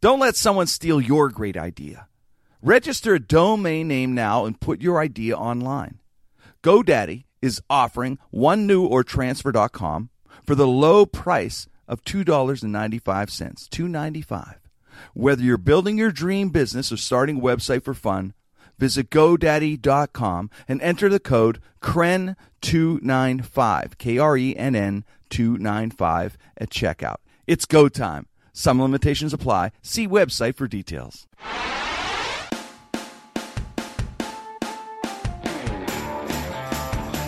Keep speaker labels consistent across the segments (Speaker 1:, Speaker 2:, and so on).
Speaker 1: Don't let someone steal your great idea. Register a domain name now and put your idea online. GoDaddy is offering one new or transfer.com for the low price of $2.95, 2.95. Whether you're building your dream business or starting a website for fun, visit godaddy.com and enter the code E KREN295, K R E N N 295 at checkout. It's go time. Some limitations apply. See website for details.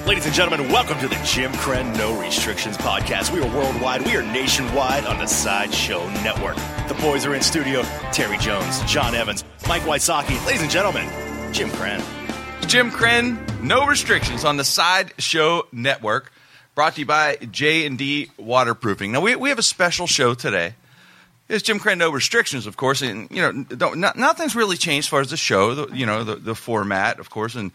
Speaker 2: Ladies and gentlemen, welcome to the Jim Crenn No Restrictions Podcast. We are worldwide, we are nationwide on the Sideshow Network. The boys are in studio Terry Jones, John Evans, Mike Wysocki. Ladies and gentlemen, Jim Crenn.
Speaker 3: Jim Crenn, no restrictions on the Sideshow Network, brought to you by J&D Waterproofing. Now, we, we have a special show today. It's Jim Crenn, no restrictions, of course, and, you know, don't, not, nothing's really changed as far as the show, the, you know, the, the format, of course, and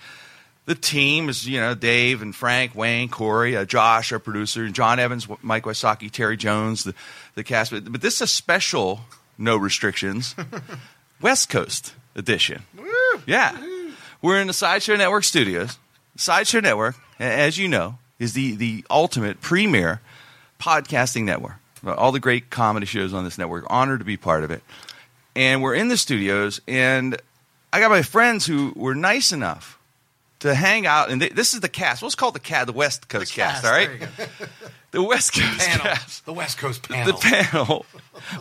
Speaker 3: the team is, you know, Dave and Frank, Wayne, Corey, uh, Josh, our producer, John Evans, Mike Wysocki, Terry Jones, the, the cast. But, but this is a special, no restrictions, West Coast edition. Yeah. We're in the Sideshow Network studios. Sideshow Network, a- as you know, is the, the ultimate premier podcasting network. All the great comedy shows on this network. Honored to be part of it. And we're in the studios, and I got my friends who were nice enough to hang out. And they, this is the cast. Let's call it the cast, the West Coast cast,
Speaker 4: cast,
Speaker 3: all
Speaker 4: there
Speaker 3: right?
Speaker 4: you
Speaker 3: The West Coast
Speaker 4: panel.
Speaker 3: cast.
Speaker 4: The West Coast panel.
Speaker 3: The panel.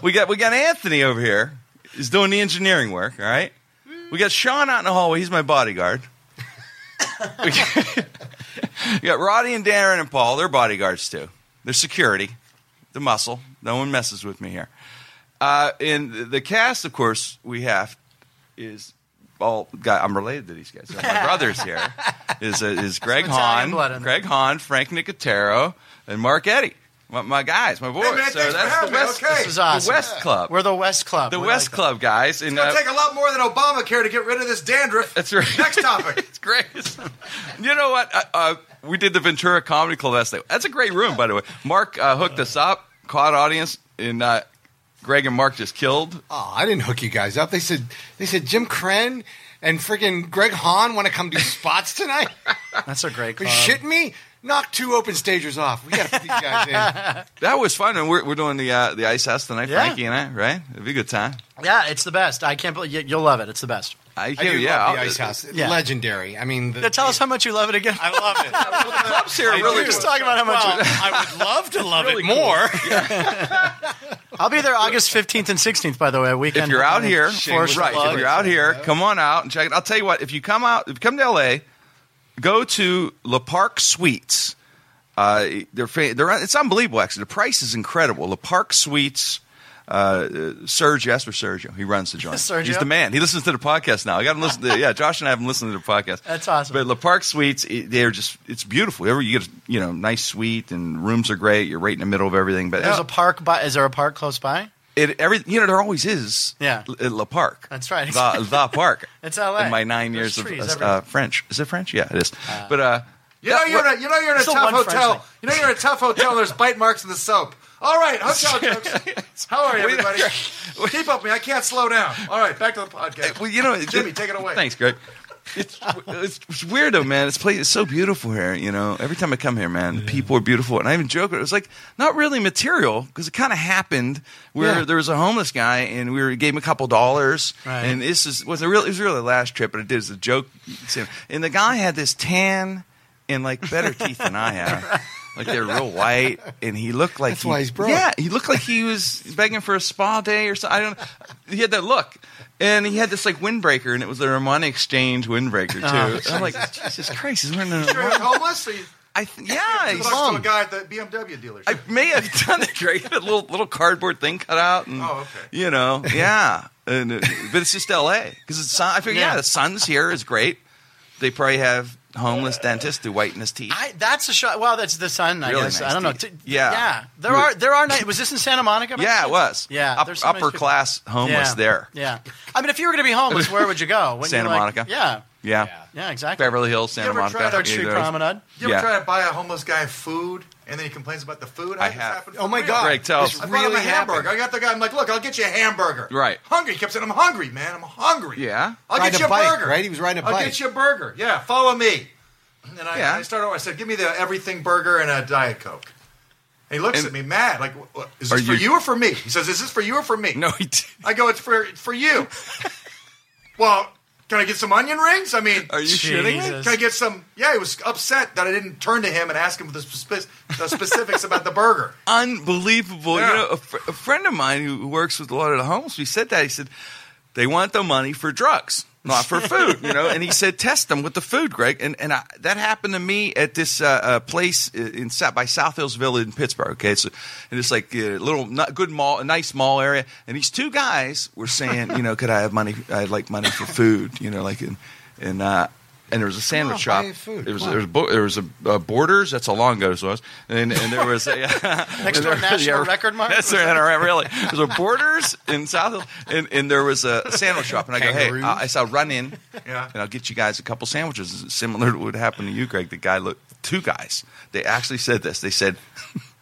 Speaker 3: We got we got Anthony over here. He's doing the engineering work. All right. We got Sean out in the hallway. He's my bodyguard. we, got, we got Roddy and Darren and Paul. They're bodyguards too. They're security. The muscle. No one messes with me here. Uh, and the- the cast, of course, we have is all. Guy, I'm related to these guys. They're my brothers here is uh, is Greg
Speaker 4: Some Italian
Speaker 3: Hahn,
Speaker 4: blood in there.
Speaker 3: Greg Hahn, Frank Nicotero, and Mark Eddy. My, my guys, my boys.
Speaker 5: man,
Speaker 3: so
Speaker 5: thanks for
Speaker 3: that's
Speaker 5: having
Speaker 3: the
Speaker 5: me.
Speaker 3: West.
Speaker 5: Okay.
Speaker 3: the
Speaker 5: This
Speaker 4: is awesome.
Speaker 3: West Club.
Speaker 4: We're the West Club.
Speaker 3: the
Speaker 4: We
Speaker 3: West
Speaker 4: like
Speaker 3: Club guys. And uh,
Speaker 5: It'll take a lot more than Obamacare to get rid of this dandruff.
Speaker 3: That's right.
Speaker 5: Next topic.
Speaker 3: it's great. you know what? Uh, uh, we did the Ventura Comedy Club last night. That's a great room, by the way. Mark uh, hooked us up, caught audience, and uh, Greg and Mark just killed.
Speaker 6: Oh, I didn't hook you guys up. They said they said Jim Crenn and freaking Greg Hahn want to come do spots tonight.
Speaker 4: that. That's a great
Speaker 6: Are you
Speaker 4: club.
Speaker 6: shitting me? Knock two open stagers off. We got to put these guys in.
Speaker 3: That was fun, and we're, we're doing the uh, the ice house tonight,
Speaker 4: Yeah.
Speaker 3: Frankie and I. Right? It'd be a good time.
Speaker 4: Yeah, it's the best. I can't believe you, you'll love it. It's the best.
Speaker 3: I,
Speaker 6: I do
Speaker 3: yeah,
Speaker 6: love the
Speaker 3: I'll-
Speaker 6: Ice House.
Speaker 4: yeah.
Speaker 6: Legendary. I mean, the,
Speaker 4: Now tell us how much you love it again.
Speaker 6: I love it.
Speaker 3: Clubs here
Speaker 6: I
Speaker 3: really
Speaker 6: do.
Speaker 4: Just talk about how much.
Speaker 6: well, I would love to love it more.
Speaker 4: I'll be there August fifteenth and sixteenth. By the way, weekend.
Speaker 3: if you're out here,
Speaker 4: Force
Speaker 3: right?
Speaker 4: plug.
Speaker 3: If you're out here, come on out and check it. I'll tell you what. If you come out, if you come to L.A., go to La Park Suites. Uh, they're, fa- they're it's unbelievable. Actually, the price is incredible. La Park Suites. Uh, Sergio, that's for Sergio. He runs the joint.
Speaker 4: Sergio?
Speaker 3: He's the man. He listens to the podcast now. I got him listen to yeah. Josh and I have him listening to the podcast.
Speaker 4: That's awesome.
Speaker 3: But La Park Suites, it- they're just it's beautiful. Every you get a, you know nice suite and rooms are great. You're right in the middle of everything. But
Speaker 4: There's
Speaker 3: uh,
Speaker 4: a park. By, is there a park close by?
Speaker 3: it every you know there always is
Speaker 4: Yeah.
Speaker 3: l- at La Park.
Speaker 4: That's right.
Speaker 3: The, the park.
Speaker 4: It's LA.
Speaker 3: In my nine
Speaker 4: There's
Speaker 3: years
Speaker 4: trees
Speaker 3: of uh,
Speaker 4: everywhere.
Speaker 3: French, is it French? Yeah, it is. but uh,
Speaker 5: You know
Speaker 3: yeah,
Speaker 5: you're
Speaker 3: we're-
Speaker 5: in a, you know you're in a
Speaker 4: Still
Speaker 5: tough
Speaker 4: one French
Speaker 5: hotel.
Speaker 4: thing.
Speaker 5: You know you're in a tough hotel. and There's bite marks in the soap. All right, hotel jokes. How are you, everybody? Keep up, me. I can't slow down. All right, back to the podcast.
Speaker 3: well, you know,
Speaker 5: Jimmy, take it away.
Speaker 3: Thanks, Greg. It's, it's, it's weird though, man. This place is so beautiful here. You know, every time I come here, man, the people are beautiful. And I even joke it was like not really material because it kind of happened where
Speaker 6: Yeah.
Speaker 3: there was a homeless guy and we were, gave him a couple dollars.
Speaker 4: Right.
Speaker 3: And this is was a real. It was really the last trip, but I did as a joke. And the guy had this tan and like better teeth than I have. Like they're real white, and he looked like
Speaker 6: That's
Speaker 3: he-
Speaker 6: why he's broke.
Speaker 3: Yeah, he looked like he was begging for a spa day or something. I don't. He had that look, and he had this like windbreaker, and it was the Armani Exchange windbreaker too.
Speaker 4: Oh,
Speaker 3: And I'm like, Jesus Christ, he's wearing an
Speaker 5: You're
Speaker 3: Armani.
Speaker 5: homeless. Or you
Speaker 3: I th- yeah,
Speaker 5: you
Speaker 3: he's
Speaker 5: talked to a guy at the BMW dealership.
Speaker 3: I may have done it. Great, a little little cardboard thing cut out, and
Speaker 5: Oh, okay.
Speaker 3: you know, yeah. And uh, but it's just L.A. because it's sun. I figure yeah.
Speaker 4: Yeah.
Speaker 3: the sun's here is great. They probably have homeless dentists who whiten his teeth.
Speaker 4: I, that's a shot. Well, that's the sun. I
Speaker 3: Really
Speaker 4: guess.
Speaker 3: nice
Speaker 4: I don't know.
Speaker 3: deed.
Speaker 4: T-
Speaker 3: Yeah.
Speaker 4: yeah. There
Speaker 3: You-
Speaker 4: are there are night. Was this in Santa Monica? by
Speaker 3: yeah,
Speaker 4: chance?
Speaker 3: it was.
Speaker 4: Yeah,
Speaker 3: Up,
Speaker 4: there's so many
Speaker 3: upper
Speaker 4: people-
Speaker 3: class homeless
Speaker 4: Yeah.
Speaker 3: there.
Speaker 4: Yeah. I mean, if you were going to be homeless, where would you go? Wouldn't you,
Speaker 3: Santa
Speaker 4: like-
Speaker 3: Monica.
Speaker 4: Yeah.
Speaker 3: Yeah.
Speaker 4: Yeah. Exactly.
Speaker 3: Beverly Hills, Santa
Speaker 5: ever
Speaker 3: Monica.
Speaker 5: tried our
Speaker 4: Third Street
Speaker 3: Yeah.
Speaker 4: Promenade.
Speaker 5: You ever
Speaker 3: Yeah.
Speaker 5: try to buy a homeless guy food and then he complains about the food.
Speaker 3: I
Speaker 5: this
Speaker 3: have.
Speaker 5: happened for
Speaker 6: Oh my
Speaker 5: real.
Speaker 6: god!
Speaker 3: Greg, tell
Speaker 6: this
Speaker 3: us.
Speaker 5: I
Speaker 6: really
Speaker 5: bought him a
Speaker 6: happened.
Speaker 5: hamburger. I got the guy. I'm like, look, I'll get you a hamburger.
Speaker 3: Right.
Speaker 5: Hungry. He kept saying, I'm hungry, man. I'm hungry.
Speaker 3: Yeah.
Speaker 5: I'll
Speaker 6: Ride a
Speaker 5: get you a
Speaker 6: bike,
Speaker 5: burger.
Speaker 6: right? He was riding a
Speaker 5: I'll
Speaker 6: bike.
Speaker 5: get you a burger. Yeah. Follow me. And I,
Speaker 3: Yeah.
Speaker 5: I started. I said, give me the everything burger and a diet coke. And he looks
Speaker 3: And-
Speaker 5: at me mad. Like, "What- what- is
Speaker 3: Are
Speaker 5: this for
Speaker 3: you-
Speaker 5: you or for me? He says, is this for you or for me?
Speaker 3: No, he did.
Speaker 5: I go, it's for for you. well, can I get some onion rings? I mean,
Speaker 3: Are you shitting me?
Speaker 5: can I get some? Yeah, he was upset that I didn't turn to him and ask him the, spe- the specifics about the burger.
Speaker 3: Unbelievable. You
Speaker 5: Yeah.
Speaker 3: know, a, fr- a friend of mine who works with a lot of the homeless, he said that. He said, they want the money for drugs, not for food, you know? And he said, test them with the food, Greg. And, and I, that happened to me at this uh, uh, place in, in South, by South Hills Village in Pittsburgh, okay? So, and it's like a little, not good mall, a nice mall area. And these two guys were saying, you know, could I have money? I'd like money for food, you know, like, and, and, uh, and there was a sandwich
Speaker 6: Come
Speaker 3: shop.
Speaker 6: on, buy food.
Speaker 3: There was,
Speaker 6: Come
Speaker 3: there was, bo- there was a, uh, Borders. That's how long ago this was. And, and there was a,
Speaker 4: Next to a national record mark?
Speaker 3: That's their NRM, really. There's a Borders in South Hill, and, and there was a sandwich shop. And I go, hey,
Speaker 6: Kangaroos?
Speaker 3: I, I saw run in,
Speaker 5: Yeah.
Speaker 3: and I'll get you guys a couple sandwiches. Similar to what happened to you, Greg. The guy looked, two guys, they actually said this. They said,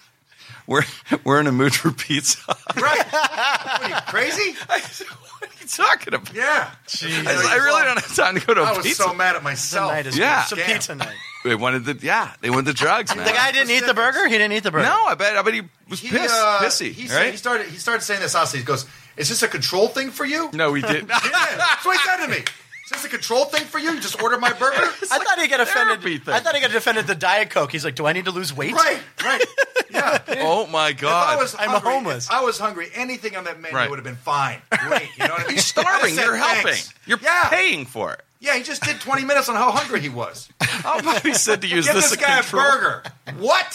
Speaker 3: we're, we're in a mood for pizza.
Speaker 5: Right? what are you crazy?
Speaker 3: I said, what are you talking about?
Speaker 5: Yeah.
Speaker 3: I, said, "I really don't have time to go to
Speaker 5: I
Speaker 3: a
Speaker 5: was
Speaker 3: pizza.
Speaker 5: so mad at
Speaker 4: Pizza
Speaker 5: myself.
Speaker 4: night is
Speaker 3: Yeah.
Speaker 4: It's a
Speaker 5: Scam.
Speaker 4: pizza night.
Speaker 3: they wanted the, yeah, they wanted the drugs, man.
Speaker 4: The guy didn't eat the burger. He didn't eat the burger.
Speaker 3: no, I bet, I bet he was
Speaker 5: He,
Speaker 3: pissed,
Speaker 5: uh,
Speaker 3: pissy,
Speaker 5: He, said,
Speaker 3: right?
Speaker 5: he started. He started saying this. Honestly, he goes, "Is this a control thing for you?"
Speaker 3: no, he didn't.
Speaker 5: Yeah. That's what he said to me. Is this a control thing for you? You just ordered my burger.
Speaker 4: I thought he got offended.
Speaker 3: therapy thing.
Speaker 4: I thought he got offended the Diet Coke. He's like, "Do I need to lose weight?"
Speaker 5: right. Right. Yeah.
Speaker 3: oh, my God.
Speaker 5: If I was
Speaker 4: I'm
Speaker 5: hungry,
Speaker 4: homeless.
Speaker 5: if I was hungry. Anything on that menu
Speaker 3: Right.
Speaker 5: would have been fine. Great. You know what I mean?
Speaker 3: You're starving.
Speaker 5: I said,
Speaker 3: You're helping.
Speaker 5: "Thanks."
Speaker 3: You're
Speaker 5: yeah.
Speaker 3: paying for it.
Speaker 5: Yeah, he just did 20 minutes on how hungry he was.
Speaker 3: How about he said to you, is
Speaker 5: Give
Speaker 3: this,
Speaker 5: this,
Speaker 3: a
Speaker 5: guy
Speaker 3: control?
Speaker 5: a burger. What?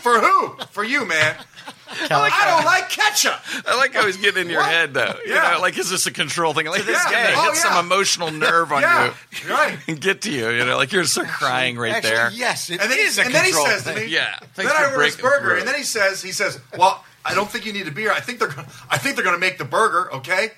Speaker 5: For who? For you, man. I don't like ketchup.
Speaker 3: I like how he's getting in your
Speaker 5: What?
Speaker 3: head, though. You
Speaker 5: Yeah.
Speaker 3: know, like, is this a control thing? Like, this
Speaker 5: this
Speaker 3: guy
Speaker 5: day.
Speaker 3: hit
Speaker 5: Oh, yeah.
Speaker 3: some emotional nerve on
Speaker 5: yeah,
Speaker 3: you
Speaker 5: right.
Speaker 3: and get to you. You know, like you're so crying right
Speaker 6: Actually,
Speaker 3: there.
Speaker 6: yes, it
Speaker 5: And then,
Speaker 6: is
Speaker 5: he,
Speaker 6: a
Speaker 5: and then he
Speaker 6: control
Speaker 5: says
Speaker 6: thing.
Speaker 5: to me,
Speaker 3: Yeah.
Speaker 5: Then
Speaker 3: Thanks for
Speaker 5: I order his
Speaker 3: breaking
Speaker 5: burger,
Speaker 3: through.
Speaker 5: and then he says, he says, well, I don't think you need a beer. I think they're, gonna, I think they're going to make the burger. Okay.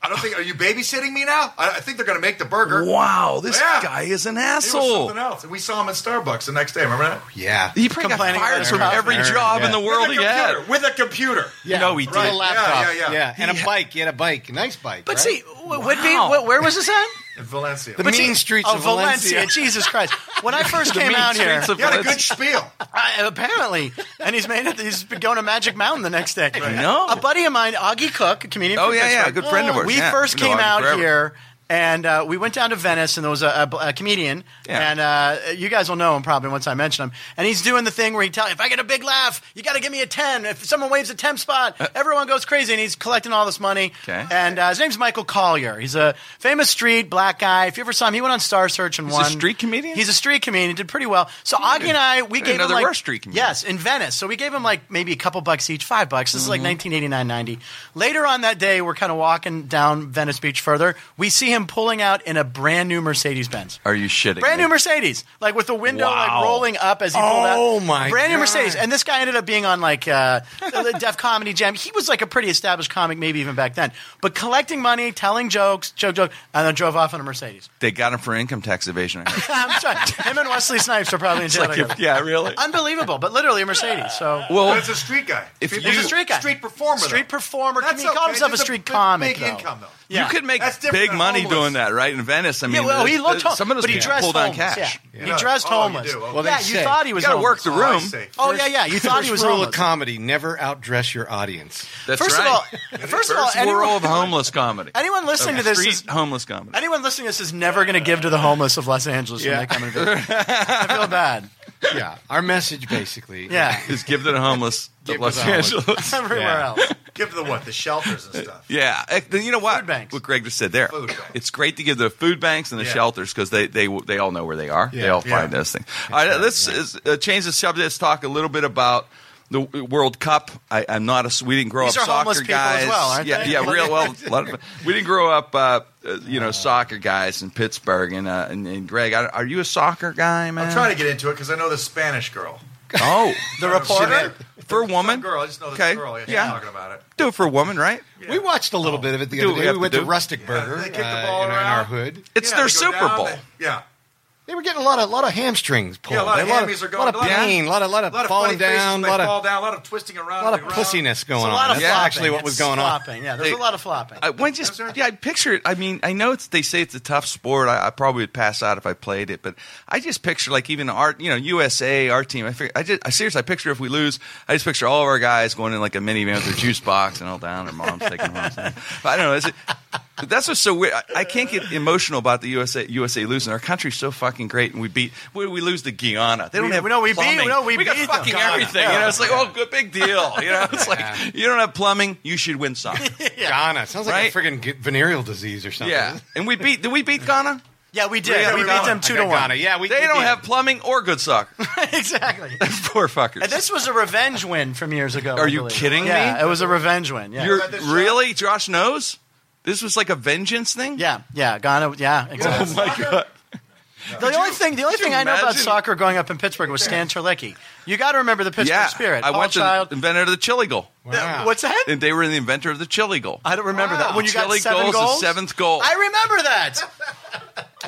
Speaker 5: I don't think. Are you babysitting me now? I, I think they're going to make the burger.
Speaker 3: Wow, this
Speaker 5: Yeah.
Speaker 3: guy is an
Speaker 5: It was
Speaker 3: asshole.
Speaker 5: something else. And we saw him at Starbucks the next day. Remember that?
Speaker 6: Yeah.
Speaker 3: He probably got
Speaker 4: Complaining about
Speaker 3: fired
Speaker 4: his
Speaker 3: from
Speaker 4: job.
Speaker 3: every job in the
Speaker 6: Yeah.
Speaker 3: world
Speaker 5: with a
Speaker 3: he
Speaker 5: computer.
Speaker 3: had.
Speaker 5: With a computer.
Speaker 6: Yeah.
Speaker 3: No, he
Speaker 6: Right.
Speaker 3: didn't.
Speaker 6: A laptop.
Speaker 5: Yeah, yeah, yeah.
Speaker 6: And a bike. He had a bike. A nice bike.
Speaker 4: But
Speaker 6: right?
Speaker 4: see, w- would be
Speaker 3: Wow.
Speaker 4: wh- where was this at?
Speaker 5: In Valencia.
Speaker 6: the
Speaker 4: But
Speaker 6: mean
Speaker 4: see-
Speaker 6: streets
Speaker 4: oh,
Speaker 6: of Valencia.
Speaker 4: Jesus Christ! When I first came
Speaker 3: Mean
Speaker 4: out here,
Speaker 3: streets of
Speaker 5: he had a
Speaker 3: Valencia.
Speaker 5: good spiel.
Speaker 4: I, Uh, apparently, and he's made it. He's been going to Magic Mountain the next day. I
Speaker 3: know.
Speaker 4: A buddy of mine, Augie Cook, a comedian.
Speaker 3: Oh,
Speaker 4: from
Speaker 3: yeah, yeah,
Speaker 4: Pittsburgh,
Speaker 3: a good friend of ours,
Speaker 4: We
Speaker 3: yeah.
Speaker 4: first
Speaker 3: We know
Speaker 4: came
Speaker 3: Augie
Speaker 4: out
Speaker 3: forever.
Speaker 4: here, and uh, we went down to Venice, and there was a, a- a comedian,
Speaker 3: Yeah.
Speaker 4: and uh, you guys will know him probably once I mention him. And he's doing the thing where he tells, if I get a big laugh, you got to give me a ten. If someone waves a ten spot, everyone goes crazy, and he's collecting all this money.
Speaker 3: Uh. Okay.
Speaker 4: And uh, his name's Michael Collier. He's a famous street black guy. If you ever saw him, he went on Star Search and
Speaker 3: a
Speaker 4: won.
Speaker 3: street comedian?
Speaker 4: He's a street comedian. He did pretty well. So Augie and I, we
Speaker 3: Didn't
Speaker 4: gave
Speaker 3: know
Speaker 4: him
Speaker 3: there
Speaker 4: like
Speaker 3: were street comedians.
Speaker 4: yes, in Venice. So we gave him like maybe a couple bucks each, five bucks. This is
Speaker 3: Mm-hmm.
Speaker 4: like 1989, 90. Later on that day, we're kind of walking down Venice Beach further. We see him pulling out in a brand new Mercedes Benz.
Speaker 3: Are you shitting?
Speaker 4: Brand
Speaker 3: me?
Speaker 4: new Mercedes, like with the window
Speaker 3: Wow.
Speaker 4: like rolling up as he pulled out.
Speaker 6: Oh, my
Speaker 4: Brand new
Speaker 6: God.
Speaker 4: Mercedes, and this guy ended up being on like uh, the Def Comedy Jam. He was like a pretty established comic, maybe even back then. But collecting money, telling jokes, joke, joke, and then drove off in a Mercedes.
Speaker 3: They got him for income tax evasion. I heard.
Speaker 4: I'm sorry, him and Wesley Snipes are probably in jail.
Speaker 3: Like,
Speaker 4: together.
Speaker 3: if- yeah, really.
Speaker 4: Unbelievable, but literally a Mercedes. So
Speaker 5: But
Speaker 3: Well,
Speaker 5: it's a street guy.
Speaker 3: If
Speaker 5: Street-
Speaker 3: you- He's a
Speaker 4: street guy.
Speaker 5: Street performer. though.
Speaker 4: Street performer.
Speaker 5: That's
Speaker 4: he called
Speaker 5: okay.
Speaker 4: himself a
Speaker 5: He's
Speaker 4: street
Speaker 5: big-
Speaker 4: comic.
Speaker 5: Big
Speaker 4: though.
Speaker 5: income though.
Speaker 4: Yeah.
Speaker 3: you could make
Speaker 5: That's different
Speaker 3: big
Speaker 5: than
Speaker 3: money
Speaker 5: homeless.
Speaker 3: doing that, right in Venice. I mean,
Speaker 4: Yeah, well, he
Speaker 3: there's-
Speaker 4: looked
Speaker 3: there's-
Speaker 4: homeless,
Speaker 3: some of those
Speaker 4: but he
Speaker 3: people
Speaker 4: dressed
Speaker 3: pulled on
Speaker 4: homeless,
Speaker 3: cash.
Speaker 4: Yeah.
Speaker 5: Yeah.
Speaker 4: He dressed
Speaker 5: Oh, you
Speaker 4: homeless.
Speaker 5: do, okay.
Speaker 6: Well, they
Speaker 4: yeah, you
Speaker 6: say-
Speaker 4: thought he
Speaker 3: You
Speaker 4: was.
Speaker 3: got to work
Speaker 4: homeless.
Speaker 3: the
Speaker 5: Oh, I
Speaker 3: room.
Speaker 5: see.
Speaker 4: Oh yeah, yeah. You thought
Speaker 6: First
Speaker 4: he was
Speaker 6: rule
Speaker 4: homeless.
Speaker 6: of comedy: never outdress your audience.
Speaker 3: That's
Speaker 4: First
Speaker 3: right.
Speaker 4: of all, first of all,
Speaker 3: First
Speaker 4: anyone,
Speaker 3: world of homeless comedy.
Speaker 4: anyone listening to
Speaker 3: Of
Speaker 4: this
Speaker 3: street
Speaker 4: is
Speaker 3: homeless comedy.
Speaker 4: anyone listening to this is never going to give to the homeless of Los Angeles
Speaker 6: Yeah.
Speaker 4: when they come and visit. I feel bad.
Speaker 6: yeah, our message basically.
Speaker 4: Yeah,
Speaker 3: Is give to the homeless of
Speaker 6: Give to
Speaker 3: Los
Speaker 6: the homeless.
Speaker 3: Angeles.
Speaker 4: everywhere
Speaker 6: Yeah.
Speaker 4: else.
Speaker 5: Give to the what? The shelters and stuff.
Speaker 3: yeah, Eh, then you know what?
Speaker 4: Food banks.
Speaker 3: What Greg just said there.
Speaker 5: Food banks.
Speaker 3: It's great to give the food banks and the
Speaker 5: Yeah.
Speaker 3: shelters because they, they they all know where they are. They
Speaker 6: Yeah.
Speaker 3: all find
Speaker 5: Yeah.
Speaker 3: those things. All right, let's is, uh, change the subject. Let's talk a little bit about. The W- World Cup. I, I'm not a. s- We didn't grow
Speaker 4: These
Speaker 3: up
Speaker 4: are homeless
Speaker 3: soccer
Speaker 4: people as
Speaker 3: guys.
Speaker 4: well, aren't
Speaker 3: yeah,
Speaker 4: they?
Speaker 3: yeah, real well. a lot of- we didn't grow up, uh, uh, you know, soccer guys in Pittsburgh. And uh, and, and Greg, I- are you a soccer guy, man?
Speaker 5: I'm trying to get into it because I know the Spanish girl.
Speaker 3: Oh,
Speaker 5: The reporter?
Speaker 3: for a woman.
Speaker 5: Some girl. I just know this
Speaker 3: Okay.
Speaker 5: girl. Yeah, she's
Speaker 3: Yeah.
Speaker 5: talking about it.
Speaker 3: Do it for a woman, right?
Speaker 6: We watched a little bit of it the
Speaker 3: Do
Speaker 6: other
Speaker 3: what we
Speaker 6: day.
Speaker 3: have
Speaker 6: We
Speaker 3: to
Speaker 6: went
Speaker 3: do.
Speaker 6: Rustic Burger
Speaker 5: they kick the
Speaker 6: uh,
Speaker 5: ball
Speaker 6: in, our- in our
Speaker 5: around.
Speaker 6: hood.
Speaker 3: It's
Speaker 5: Yeah,
Speaker 3: their
Speaker 5: they go
Speaker 3: Super
Speaker 5: down,
Speaker 3: Bowl.
Speaker 5: they- yeah.
Speaker 6: They were getting a lot of lot of hamstrings pulled.
Speaker 5: Yeah, a lot of
Speaker 6: They had
Speaker 5: hammies are
Speaker 6: lot
Speaker 5: going-
Speaker 6: of
Speaker 5: a lot of-
Speaker 6: pain, a lot of lot of,
Speaker 5: A lot of funny
Speaker 6: falling
Speaker 5: faces
Speaker 6: down,
Speaker 5: when
Speaker 6: a lot
Speaker 5: they
Speaker 6: of
Speaker 5: fall down, a lot of twisting around.
Speaker 6: a lot of
Speaker 5: and around.
Speaker 6: pussiness
Speaker 4: It's
Speaker 6: going
Speaker 4: a lot
Speaker 6: on.
Speaker 4: of
Speaker 6: That's
Speaker 4: flopping.
Speaker 6: actually what was
Speaker 4: It's
Speaker 6: going on.
Speaker 4: flopping. Yeah, there's
Speaker 3: They-
Speaker 4: a lot of flopping.
Speaker 3: I when just
Speaker 5: That's right.
Speaker 3: yeah, I picture it. I mean, I know it's they say it's a tough sport. I, I probably would pass out if I played it, but I just picture like even our you know USA our team. I figure, I just I seriously I picture if we lose, I just picture all of our guys going in like a minivan with their juice box and all down. Their mom's taking them. home. But I don't know. Is it, but that's what's so weird. I, I can't get emotional about the USA USA losing. Our country's so fucking great, and we beat. We, we lose to Guyana. They don't
Speaker 4: We-
Speaker 3: have.
Speaker 4: we know we beat-
Speaker 3: plumbing.
Speaker 4: we know we
Speaker 3: got
Speaker 4: beat them.
Speaker 3: fucking
Speaker 4: Guyana.
Speaker 3: everything. You know, it's like oh, good big deal. You know, it's like you don't have plumbing, you should win some.
Speaker 6: Ghana sounds
Speaker 3: Right?
Speaker 6: like a friggin' g- venereal disease or something.
Speaker 3: Yeah, and we beat. Did we beat Ghana?
Speaker 4: yeah, we did.
Speaker 3: Yeah,
Speaker 4: we
Speaker 3: we
Speaker 4: beat
Speaker 3: won.
Speaker 4: them two
Speaker 6: I
Speaker 4: to
Speaker 6: got
Speaker 4: one.
Speaker 6: Ghana. Yeah, we
Speaker 3: They
Speaker 6: we
Speaker 3: don't
Speaker 6: beat
Speaker 3: have plumbing or good soccer.
Speaker 4: exactly.
Speaker 3: Poor fuckers.
Speaker 4: And Uh, this was a revenge win from years ago.
Speaker 3: Are
Speaker 4: I
Speaker 3: you
Speaker 4: believe.
Speaker 3: kidding
Speaker 4: yeah,
Speaker 3: me?
Speaker 4: It was a revenge win. Yeah.
Speaker 3: You're
Speaker 5: Is that this
Speaker 3: really Josh knows. This was like a vengeance thing.
Speaker 4: yeah, yeah, Ghana. Yeah, exactly.
Speaker 3: my god.
Speaker 4: the only thing, the only
Speaker 3: you
Speaker 4: thing I know about
Speaker 3: imagine-
Speaker 4: soccer growing up in Pittsburgh was Stan Terlecki. You got to remember the Pittsburgh
Speaker 3: Yeah,
Speaker 4: spirit.
Speaker 3: I
Speaker 4: Paul
Speaker 3: went to
Speaker 4: Child. Uh,
Speaker 3: the inventor of the chili goal,
Speaker 6: Wow.
Speaker 4: What's that?
Speaker 3: and they were the inventor of the chili goal.
Speaker 4: I don't remember that. When you got
Speaker 3: Chili
Speaker 4: seven
Speaker 3: goals, the
Speaker 4: goals,
Speaker 3: seventh goal.
Speaker 4: I remember that.